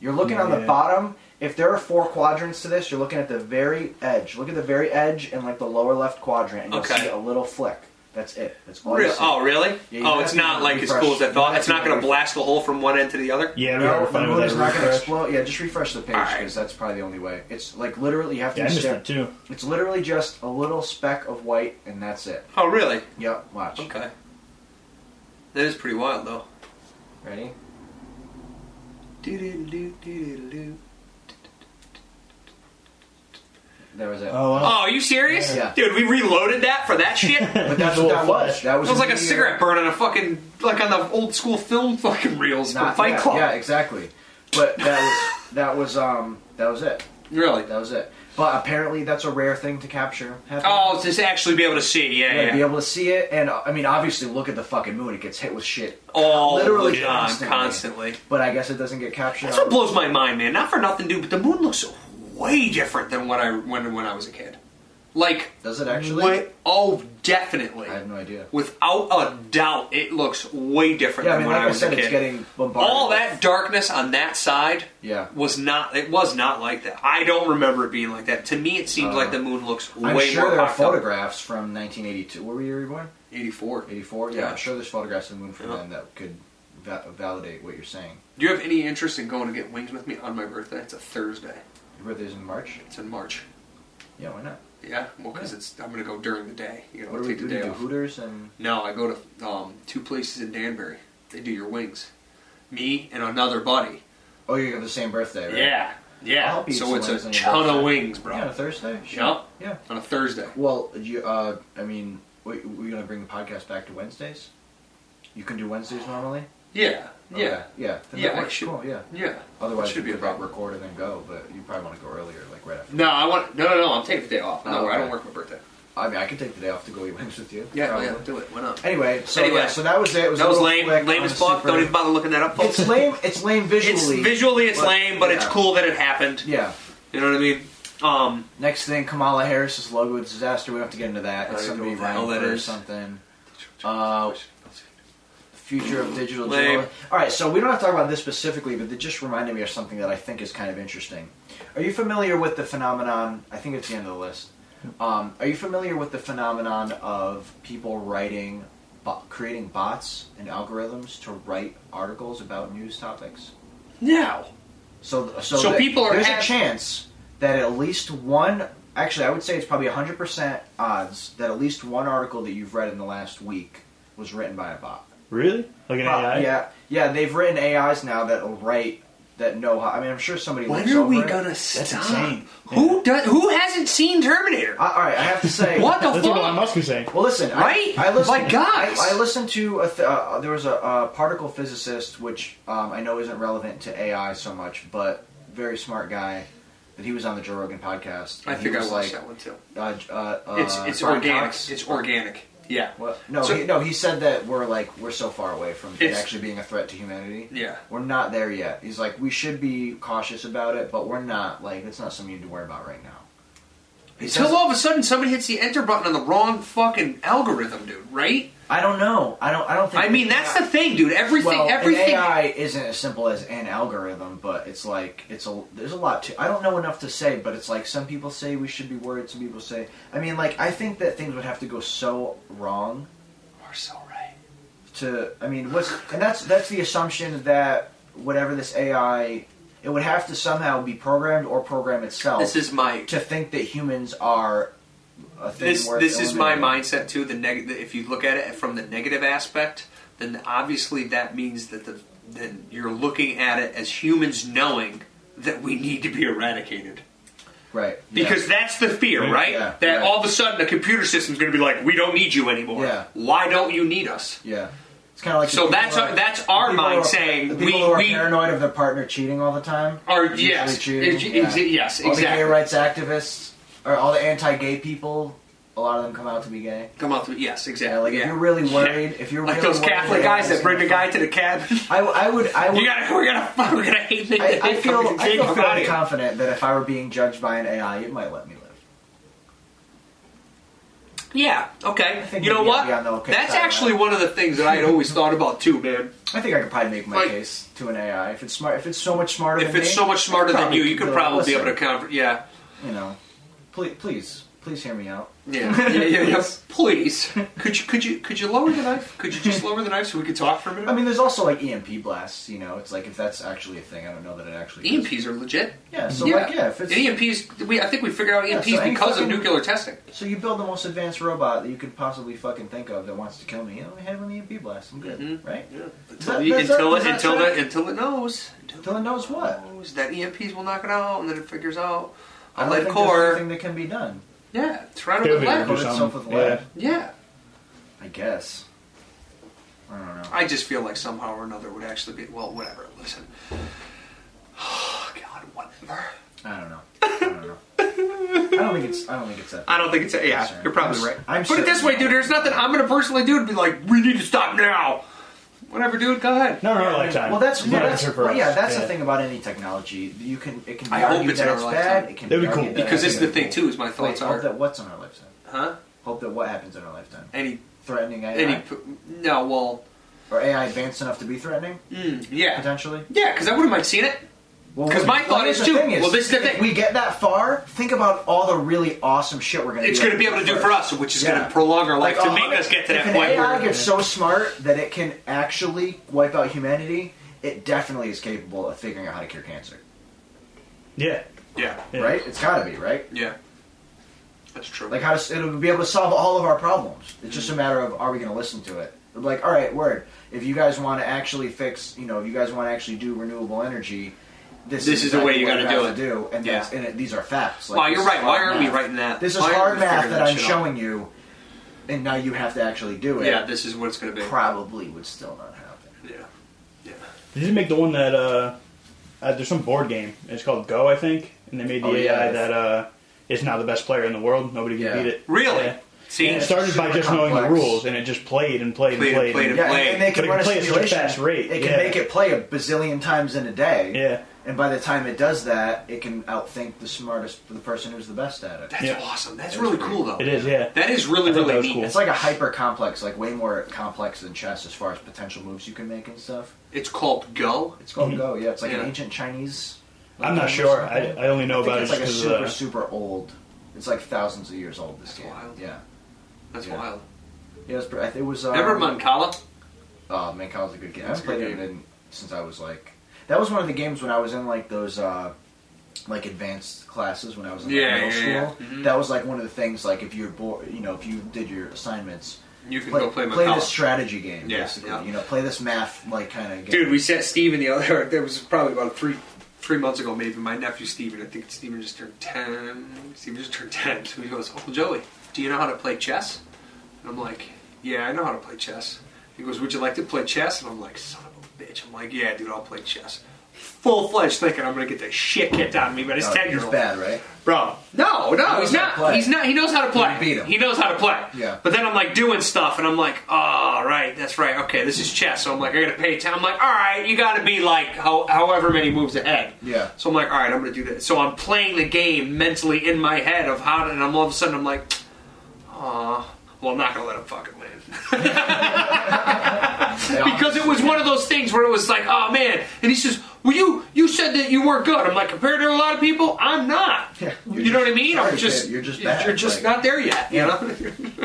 B: You're looking
D: Not
B: on the
D: yet.
B: bottom. If there are four quadrants to this, you're looking at the very edge. Look at the very edge and like the lower left quadrant, and you'll
C: Okay.
B: see a little flick. That's it. That's all. you
C: Real,
B: see.
C: oh, really?
B: Yeah, you
C: oh,
B: have
C: it's
B: to
C: not like as cool as I
B: refresh.
C: thought.
B: You
C: It's not
B: have to
C: going to
B: refresh.
C: blast the hole from one end to the other.
D: Yeah, we
B: No,
D: were
B: the
D: fine with
B: moon
D: that.
B: is not going to
D: refresh.
B: explode. Yeah, just refresh the page
C: All right.
B: because that's probably the only way. It's like literally you have to.
D: Yeah, I missed
B: stare-
D: it too.
B: It's literally just a little speck of white, and that's it.
C: Oh, really?
B: Yep. Watch.
C: Okay. That is pretty wild, though.
B: Ready? There was it.
D: Oh, wow.
C: Oh, are you serious?
B: Yeah.
C: Dude, we reloaded that for that shit? That
B: But that's what that was. That was, uh,
C: was like a
B: meteor.
C: cigarette burn on a fucking, like on the old school film fucking reels from
B: Not
C: Fight
B: yeah,
C: Club.
B: Yeah, exactly. But that was that was um that was it.
C: Really?
B: That was it. But apparently that's a rare thing to capture. Happen.
C: Oh, just actually be able to see. Yeah,
B: Yeah,
C: yeah.
B: be able to see it, and uh, I mean, obviously, look at the fucking moon; it gets hit with shit.
C: All
B: literally
C: the time,
B: constantly.
C: constantly.
B: But I guess it doesn't get captured.
C: That's what
B: on-
C: blows my mind, man. Not for nothing, dude, but the moon looks way different than what I when when I was a kid. Like,
B: Does it actually?
C: way- oh, definitely.
B: I have no idea.
C: Without a doubt, it looks way different
B: Yeah, I
C: than
B: mean,
C: when
B: like
C: I
B: I,
C: was
B: said,
C: a kid.
B: it's getting bombarded.
C: All that darkness on that side,
B: Yeah.
C: was not. It was not like that. I don't remember it being like that. To me, it seemed like the moon looks
B: Uh, I'm
C: way
B: sure
C: more
B: there are
C: popped up.
B: photographs from 1982. Where were you born?
C: Eighty-four.
B: 84. Yeah,
C: Yeah.
B: I'm sure there's photographs of the moon from
C: Yeah.
B: then that could va- validate what you're saying.
C: Do you have any interest in going to get wings with me on my birthday? It's a Thursday.
B: Your birthday's in March.
C: It's in March.
B: Yeah, why not?
C: Yeah, well, because it's I'm gonna go during the day. You know,
B: What do we
C: take
B: do? Do
C: the day
B: we do
C: off.
B: Hooters and
C: No, I go to um, two places in Danbury. They do your wings. Me and another buddy.
B: oh, you have the same birthday, right?
C: Yeah,
B: I'll
C: yeah.
B: help you
C: So
B: some
C: it's
B: wings
C: a
B: on your
C: ton of
B: birthday.
C: wings, bro.
B: Yeah, on a Thursday.
C: Yeah.
B: Yeah.
C: On a Thursday.
B: Well, you, uh, I mean, we, we're gonna bring the podcast back to Wednesdays. You can do Wednesdays normally.
C: Yeah, yeah,
B: Yeah. Then
C: Yeah,
B: that
C: I
B: works.
C: should-
B: cool. Yeah.
C: yeah.
B: Otherwise,
C: should be
B: you
C: a
B: could hit
C: problem.
B: record and then go, but you probably want to go earlier, like right after.
C: No, I want no, no, no. I'm taking the day off. No,
B: Oh,
C: I don't
B: okay.
C: work my birthday.
B: I mean, I could take the day off to go eat wings with you.
C: Yeah,
B: probably.
C: yeah, do it. Why not?
B: Anyway, so
C: Anyway.
B: yeah, so that was it. it was
C: that
B: a
C: was
B: little
C: lame.
B: quick
C: Lame
B: on
C: as
B: the
C: fuck.
B: super-
C: Don't even bother looking that up, folks.
B: It's lame. It's lame
C: It's
B: visually.
C: visually it's
B: but-
C: lame, but it's
B: yeah.
C: cool that it happened.
B: Yeah.
C: You know what I mean? Um,
B: Next thing, Kamala Harris's logo disaster. We don't have to get into that. It's
C: I
B: somebody
C: don't know
B: running
C: what that
B: for
C: is.
B: something. Uh, Future of digital
C: Lame.
B: journalism. All right, so we don't have to talk about this specifically, but it just reminded me of something that I think is kind of interesting. Are you familiar with the phenomenon? I think it's the end of the list. Um, are you familiar with the phenomenon of people writing, bo- creating bots and algorithms to write articles about news topics?
C: now,
B: So, so,
C: So
B: the-
C: people are
B: there's
C: act-
B: a chance that at least one. Actually, I would say it's probably 100% odds that at least one article that you've read in the last week was written by a bot.
D: Really? Like an
B: Pro-
D: AI?
B: Yeah, yeah. They've written AIs now that'll write that know how. I mean, I'm sure somebody.
C: when
B: looks
C: are
B: over
C: we
B: it.
C: gonna stop?
D: insane.
C: Who does? Who hasn't seen Terminator?
B: I, all right, I have to say.
C: what the
D: That's
C: fuck?
D: what Elon Musk was saying.
B: Well, listen. I-
C: Right?
B: I, listened.
C: Like, guys.
B: I, I listened to a th- uh, there was a, a particle physicist, which um, I know isn't relevant to AI so much, but very smart guy. That he was on the Joe Rogan podcast.
C: I
B: and he
C: think I
B: was
C: watched
B: like,
C: that one too.
B: uh, j- uh, uh,
C: It's it's
B: Brian
C: organic.
B: Cox.
C: It's organic. Yeah.
B: What? No,
C: So-
B: he, no. He said that we're like we're so far away from it
C: It's-
B: actually being a threat to humanity.
C: Yeah.
B: we're not there yet. He's like we should be cautious about it, but we're not. Like it's not something you need to worry about right now. He
C: Until
B: says-
C: all of a sudden somebody hits the enter button on the wrong fucking algorithm, dude. Right?
B: I don't know. I don't. I don't think.
C: I mean, that's the thing, dude. Everything,
B: Well, an
C: everything.
B: AI isn't as simple as an algorithm, but it's like it's a there's a lot to. I don't know enough to say, but it's like some people say we should be worried. Some people say. I mean, like I think that things would have to go so wrong
C: We're so right.
B: to I mean what's and that's that's the assumption that whatever this AI it would have to somehow be programmed or program itself
C: This is my
B: to think that humans are a thing
C: this
B: worth
C: this is my
B: eliminating.
C: mindset too. The neg- if you look at it from the negative aspect, then obviously that means that the then you're looking at it as humans knowing that we need to be eradicated.
B: right yeah.
C: Because that's the fear, right?
B: Yeah,
C: that
B: right.
C: all of a sudden a computer system's going to be like, we don't need you anymore.
B: Yeah.
C: Why don't you need us?
B: yeah it's kind of like the
C: So
B: people
C: that's
B: who
C: our-
B: are-
C: that's
B: the
C: our
B: people
C: mind
B: who are-
C: saying
B: the people
C: we-
B: who are
C: we-
B: paranoid of their partner cheating all the time
C: Or
B: usually
C: yes,
B: cheating,
C: ex-
B: yeah.
C: ex- yes,
B: all the gay
C: exactly.
B: rights activists or all the anti-gay people a lot of them come out to be gay
C: Come on through. Yes, exactly.
B: yeah like if you're really
C: Yeah.
B: worried if you're
C: like
B: really
C: those
B: worried
C: Catholic
B: that
C: guys that
B: it's
C: bring the
B: gonna-
C: guy to the cabin.
B: I, I would I would
C: You gotta, we're gonna, we're gonna hate me.
B: I, I feel, I feel
C: Come
B: fairly
C: on.
B: confident that if I were being judged by an AI, it might let me live.
C: Yeah. Okay.
B: think
C: You know
B: maybe I'll
C: what?
B: be on the okay
C: That's
B: side of
C: actually
B: that.
C: one of the things that I had always thought about too, man.
B: I think I could probably make my
C: Like-
B: case to an AI if it's smart. If it's so much smarter,
C: If
B: than
C: it's
B: me,
C: so much
B: I
C: smarter than you, you could
B: go,
C: probably be able to
B: "Listen,
C: cover. Yeah.
B: You know, please, please, please hear me out.
C: Yeah. Yeah. Yeah. yeah. Please. Could you? Could you? Could you lower the knife? Could you just lower the knife so we could talk for a minute?
B: I mean, there's also like EMP blasts. You know, it's like if that's actually a thing, I don't know that it actually. is.
C: EMPs are legit.
B: Yeah. So
C: E yeah. E
B: like, yeah, if it's
C: EMPs, we, I think we figured out EMPs
B: so any
C: because of
B: fucking-
C: nuclear testing.
B: so you build the most advanced robot that you could possibly fucking think of that wants to kill me. You know, I had one EMP E blast. I'm good,
C: Mm-hmm.
B: right?
C: Until,
B: That-
C: the-
B: that's-
C: until,
B: that's
C: it,
B: not
C: until,
B: true.
C: it, until it knows.
B: Until it knows what?
C: knows that EMPs will knock it out, and then it figures out
B: I
C: a
B: don't
C: lead
B: think there's
C: core.
B: anything that can be done.
C: Yeah, it's right
D: Pivot
C: over
D: or
C: lead.
B: Coat
D: something.
B: itself with
D: Yeah.
B: lead.
C: Yeah,
B: I guess. I don't know.
C: I just feel like somehow or another would actually be well, whatever. Listen, oh, God, whatever.
B: I don't know. I don't know. I don't think it's. I don't think it's that.
C: I don't think it's a, yeah.
B: Concern.
C: You're probably
B: I'm s-
C: right.
B: I'm
C: Put it this way,
B: certain-
C: dude. There's nothing I'm gonna personally do to be like, we need to stop now. Whatever, dude. Go ahead.
D: Not in our lifetime.
B: Well, that's,
D: Not
B: well,
D: an
B: that's
D: answer for
B: well,
D: us.
B: yeah. That's the thing about any technology. You can it can be
C: I hope
B: argued
C: it's in
B: that
C: our
B: it's
C: lifetime.
B: bad. It can
D: That'd be
B: argued
D: cool.
B: that
C: Because
B: it's
C: it's the
B: gonna be
C: thing too. Is my
B: cool. Wait,
C: thoughts
B: hope
C: are,
B: that what's in our lifetime.
C: huh?
B: Hope that what happens in our lifetime.
C: Any,
B: Threatening AI
C: any, no. Well,
B: or AI advanced enough to be threatening
C: mm, yeah,
B: potentially.
C: yeah. Because I wouldn't mind seeing it.
B: Well,
C: 'Cause
B: what-
C: my
B: well,
C: thought
B: here's
C: is,
B: the
C: too-
B: thing
C: well, this is the
B: if
C: thing.
B: We get that far. Think about all the really awesome shit we're gonna.
C: It's
B: be
C: going to be able to do for
B: first.
C: us, which is
B: Yeah.
C: going to prolong our life
B: Like,
C: to
B: a
C: make
B: hundred-
C: us get to
B: if
C: that
B: an
C: point.
B: AI
C: where-
B: gets so smart that it can actually wipe out humanity, it definitely is capable of figuring out how to cure cancer.
D: Yeah.
C: Yeah,
D: Yeah.
B: Right? It's got to be right.
C: yeah, that's true.
B: Like how to, it'll be able to solve all of our problems. It's just a matter of are we going to listen to it? It'll be like, all right, word. If you guys want to actually fix, you know, if you guys want to actually do renewable energy, this,
C: This is the way you
B: got to
C: gotta do
B: To do and,
C: Yeah.
B: that's, and it, these are facts. Like,
C: wow,
B: this
C: you're
B: is
C: right. Why
B: hard
C: aren't we
B: math.
C: writing that?
B: This is
C: Why aren't
B: hard
C: we
B: math
C: figuring
B: that I'm
C: shit out?
B: showing you, and now you have to actually do it.
C: Yeah, this is what it's going to be.
B: probably would still not happen.
C: Yeah.
D: Did you make the one that uh, uh there's some board game. It's called Go, I think, and they made the
B: Oh, yeah,
D: AI
B: it's-
D: that uh is now the best player in the world. Nobody can
B: Yeah.
D: beat it.
C: Really?
D: Yeah.
C: See,
D: And it started by
B: super
D: just knowing the
B: complex.
D: rules, and it just played and played and
C: Played
D: played.
C: and played and-
D: and-
B: Yeah,
C: Play.
B: and they
D: But
B: can
D: it
B: run
D: can play
B: a
D: at such a
B: simulation.
D: fast rate,
B: It can
D: yeah.
B: make it play a bazillion times in a day.
D: Yeah.
B: And by the time it does that, it can outthink the smartest, the person who's the best at it.
C: that's
D: Yeah.
C: awesome. That's
B: That's
C: really
B: pretty-
C: cool, though.
D: It is, yeah.
C: That is really
D: I thought
C: really
D: that was
C: neat.
D: cool.
B: It's like a hyper complex, like way more complex than chess as far as potential moves you can make and stuff.
C: It's called Go.
B: It's called Go. Yeah, it's like
C: Yeah.
B: an ancient Chinese.
D: Mm-hmm. I'm not sure. I, I only know
B: I think
D: about it
B: it's like a
D: because
B: super
D: uh,
B: super old. It's like thousands of years old. This
C: That's
B: game.
C: wild.
B: Yeah.
C: That's
B: Yeah.
C: wild.
B: Yeah, it was, pre- it was um,
C: Remember Mancala?
B: Oh, man, Call was a good game.
C: That's
B: I've
C: a good
B: played it in- since I was like. That was one of the games when I was in like those uh, like advanced classes when I was in like,
C: Yeah,
B: middle
C: yeah, yeah. Mm-hmm.
B: school. That was like one of the things like if you're bored, you know, if you did your assignments,
C: You can
B: play,
C: go play
B: play this
C: Mancala.
B: strategy game.
C: Yeah,
B: basically.
C: yeah.
B: you know, play this math like kind of game.
C: Dude, we sent Steven the other. There was probably about three three months ago, maybe. My nephew Steven, I think Steven just turned ten. Steven just turned ten. So he goes, "Uncle Joey, do you know how to play chess?" And I'm like, "Yeah, I know how to play chess." He goes, "Would you like to play chess?" And I'm like, "Son of a bitch!" I'm like, "Yeah, dude, I'll play chess." Full fledged thinking I'm gonna get the shit kicked out of me by this
B: Uh,
C: ten year
B: it's
C: old.
B: bad, right?
C: Bro, no, no,
B: knows
C: he's
B: how to
C: not.
B: play.
C: He's not. He knows how to play.
B: beat him.
C: He knows how to play.
B: Yeah.
C: But then I'm like doing stuff, and I'm like, oh, right, that's right. Okay, this is chess. So I'm like, I gotta pay ten. I'm like, all right, you gotta be like how, however many moves ahead.
B: Yeah.
C: So I'm like, all right, I'm gonna do that. So I'm playing the game mentally in my head of how, to, and I'm all of a sudden I'm like, ah, well, I'm not gonna let him fucking win. because it was one of those things where it was like, oh man, and he says, well, you you said that you weren't good. I'm like, compared to a lot of people, I'm not.
B: Yeah,
C: you
B: you're
C: know what
B: just-
C: I mean? I'm
B: sorry,
C: just
B: kid, you're just
C: you're
B: bad,
C: just
B: like-
C: not there yet. You know?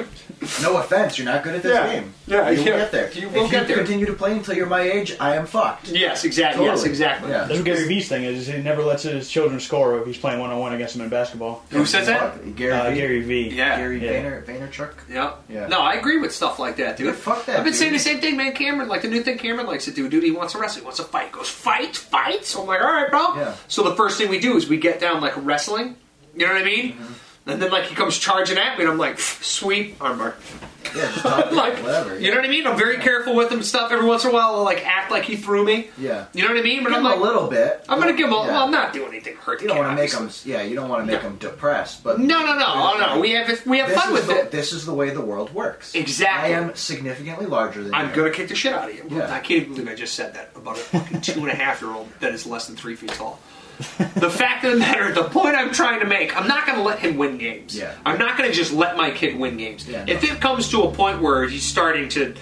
B: No offense, you're not good at this
C: Yeah.
B: game.
C: Yeah,
B: you
C: yeah.
B: will get there.
C: You will
B: if
C: get
B: you
C: there.
B: continue to play until you're my age, I am fucked.
C: yes, exactly. Yes,
B: Totally.
C: exactly.
B: Yeah.
D: that's what Gary Vee's thing is. is He never lets his children score if he's playing one on one against them in basketball.
C: Who said that?
B: Fuck.
D: Uh,
B: Gary. V.
D: Gary Vee.
C: Yeah.
B: Gary
D: Yeah.
B: Vayner, Vaynerchuk.
C: Yeah.
B: Yeah.
C: No, I agree with stuff like that, dude.
B: Yeah, fuck that,
C: I've been
B: dude.
C: saying the same thing, man. Cameron, like the new thing Cameron likes to do, dude. He wants to wrestle. He wants to fight. He goes fight, fight. So I'm like, all right, bro.
B: Yeah.
C: So the first thing we do is we get down like wrestling. You know what I mean?
B: Mm-hmm.
C: And then like he comes charging at me, and I'm like, sweep armbar.
B: Yeah, just talk,
C: like
B: whatever.
C: You know what I mean? I'm very careful with him and stuff. Every once in a while, I'll like act like he threw me.
B: Yeah.
C: You know what I mean? But
B: Give
C: I'm
B: him
C: like,
B: a little bit.
C: I'm gonna give him. A,
B: Yeah.
C: Well, I'm not doing anything to hurt.
B: You don't want to make them. Yeah, you don't want to make them depressed. But
C: No, no, no, oh, no. We have we have
B: This
C: fun
B: is
C: with
B: the,
C: it.
B: This is the way the world works.
C: Exactly.
B: I am significantly larger than
C: I'm
B: you.
C: gonna kick the shit out of you.
B: Yeah.
C: I can't even believe I just said that about a fucking two and a half year old that is less than three feet tall. the fact of the matter, the point I'm trying to make, I'm not gonna let him win games.
B: Yeah.
C: I'm not gonna just let my kid win games.
B: Yeah,
C: if
B: no.
C: it comes to a point where he's starting to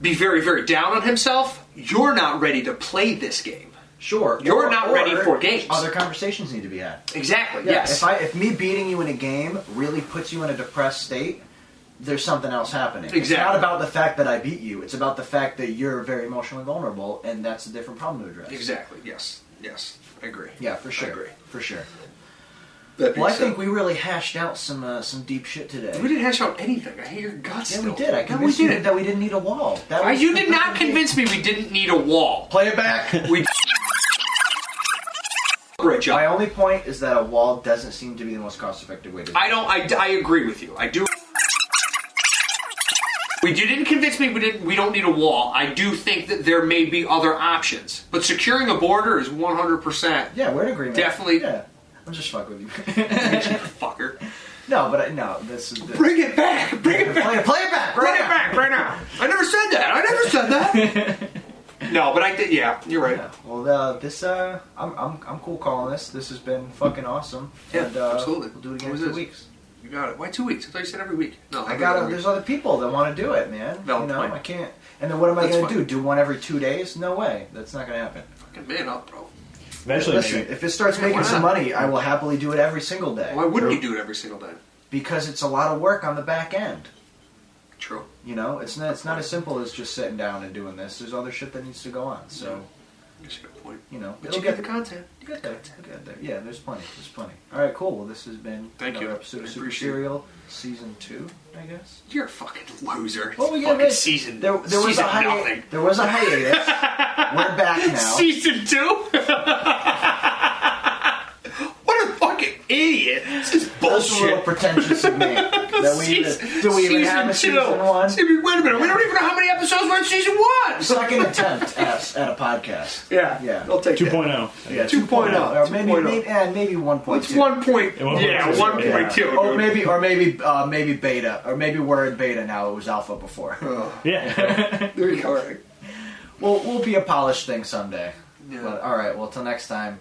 C: be very, very down on himself, you're not ready to play this game.
B: Sure.
C: You're
B: or-
C: not
B: or
C: ready for games.
B: Other conversations need to be had.
C: Exactly.
B: Yeah,
C: yes.
B: If I, if me beating you in a game really puts you in a depressed state, there's something else happening. It's
C: Exactly.
B: not about the fact that I beat you. It's about the fact that you're very emotionally vulnerable, and that's a different problem to address.
C: exactly. Yes. Yes. I agree.
B: Yeah, for sure.
C: I agree.
B: For sure.
C: That being
B: Well, I
C: said-
B: think we really hashed out some uh, some deep shit today.
C: we didn't hash out anything. I hate your guts.
B: Yeah,
C: though.
B: we did. I
C: no, we
B: convinced you
C: didn't.
B: that we didn't need a wall. That
C: Uh,
B: was
C: you
B: the
C: did not
B: fucking game.
C: convince me we didn't need a wall.
B: Play it back.
C: We great job.
B: My only point is that a wall doesn't seem to be the most cost-effective way to. do
C: I
B: it.
C: don't. I, I agree with you. I do. We you didn't convince me. We didn't. We don't need a wall. I do think that there may be other options, but securing a border is one hundred percent.
B: Yeah, we're in agreement.
C: Definitely.
B: Yeah, I'm just fuck with you.
C: Fucker.
B: no, but I, no, this is. This.
C: Bring it back. Bring it
B: Play,
C: back.
B: play it back.
C: Bring
B: right
C: it
B: now.
C: back right now. I never said that. I never said that. No, but I did. Yeah, you're right.
B: Yeah, Well, uh, this uh, I'm, I'm I'm cool calling this. This has been fucking awesome.
C: Yeah,
B: and, uh,
C: absolutely.
B: We'll do it again
C: What
B: in
C: was
B: two
C: this?
B: weeks.
C: You got it. Why two weeks? I thought you said every week. No,
B: I
C: every
B: got.
C: other
B: to There's
C: week.
B: other people that want to do it, man.
C: Valid
B: you know,
C: point.
B: I can't. And then what am I
C: That's
B: going to
C: fine.
B: do? Do one every two days? No way. That's not going to happen.
C: Fucking man up, bro.
D: Eventually,
B: Listen,
D: maybe.
B: if it starts
C: why
B: making some
C: not?
B: money, I will happily do it every single day
C: Why wouldn't you do it every single day?
B: because it's a lot of work on the back end.
C: True.
B: You know, it's not it's not as simple as just sitting down and doing this. There's other shit that needs to go on. So
C: That's a good point.
B: you know,
C: But
B: it'll
C: you got
B: get-
C: the content.
B: You got there. You got there. Yeah, there's plenty. There's plenty. All right, cool. Well, this has been
C: Thank
B: another
C: you.
B: episode
C: I
B: of Super
C: appreciate it.
B: Serial Season Two, I guess.
C: You're a fucking loser.
B: Well,
C: It's
B: we
C: fucking
B: got this.
C: season.
B: There, there was
C: season
B: a hiatus.
C: nothing.
B: There was a hiatus. We're back now.
C: Season two. what a fucking idiot! This is
B: That's a little
C: bullshit.
B: pretentious of me. that we even, do we even have a season one?
C: See, Wait a minute. We don't even know how many episodes we're in season one.
B: Second attempt at, at a podcast.
C: Yeah,
B: Yeah.
C: I'll take that.
D: 2.0.
B: Yeah, oh.
C: 2.0.
B: Or maybe,
C: 2.0.
B: maybe, eh, maybe 1.2.
C: It's one point.
D: oh. Yeah, one point
C: Yeah,
D: two.
C: oh. one point two.
D: Yeah.
B: Or maybe, or maybe, uh, maybe beta, or maybe we're in beta now. It was alpha before.
D: Yeah.
C: There you go.
B: we'll we'll be a polished thing someday.
C: Yeah.
B: But all right, well, till next time.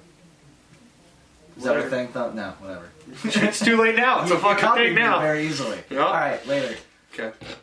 B: Is that
C: Later.
B: a thing? No, no, whatever.
C: It's too late now. It's a
B: You
C: fucking
B: copied
C: thing
B: me
C: now.
B: Very easily.
C: Yeah.
B: All right, later.
C: Okay.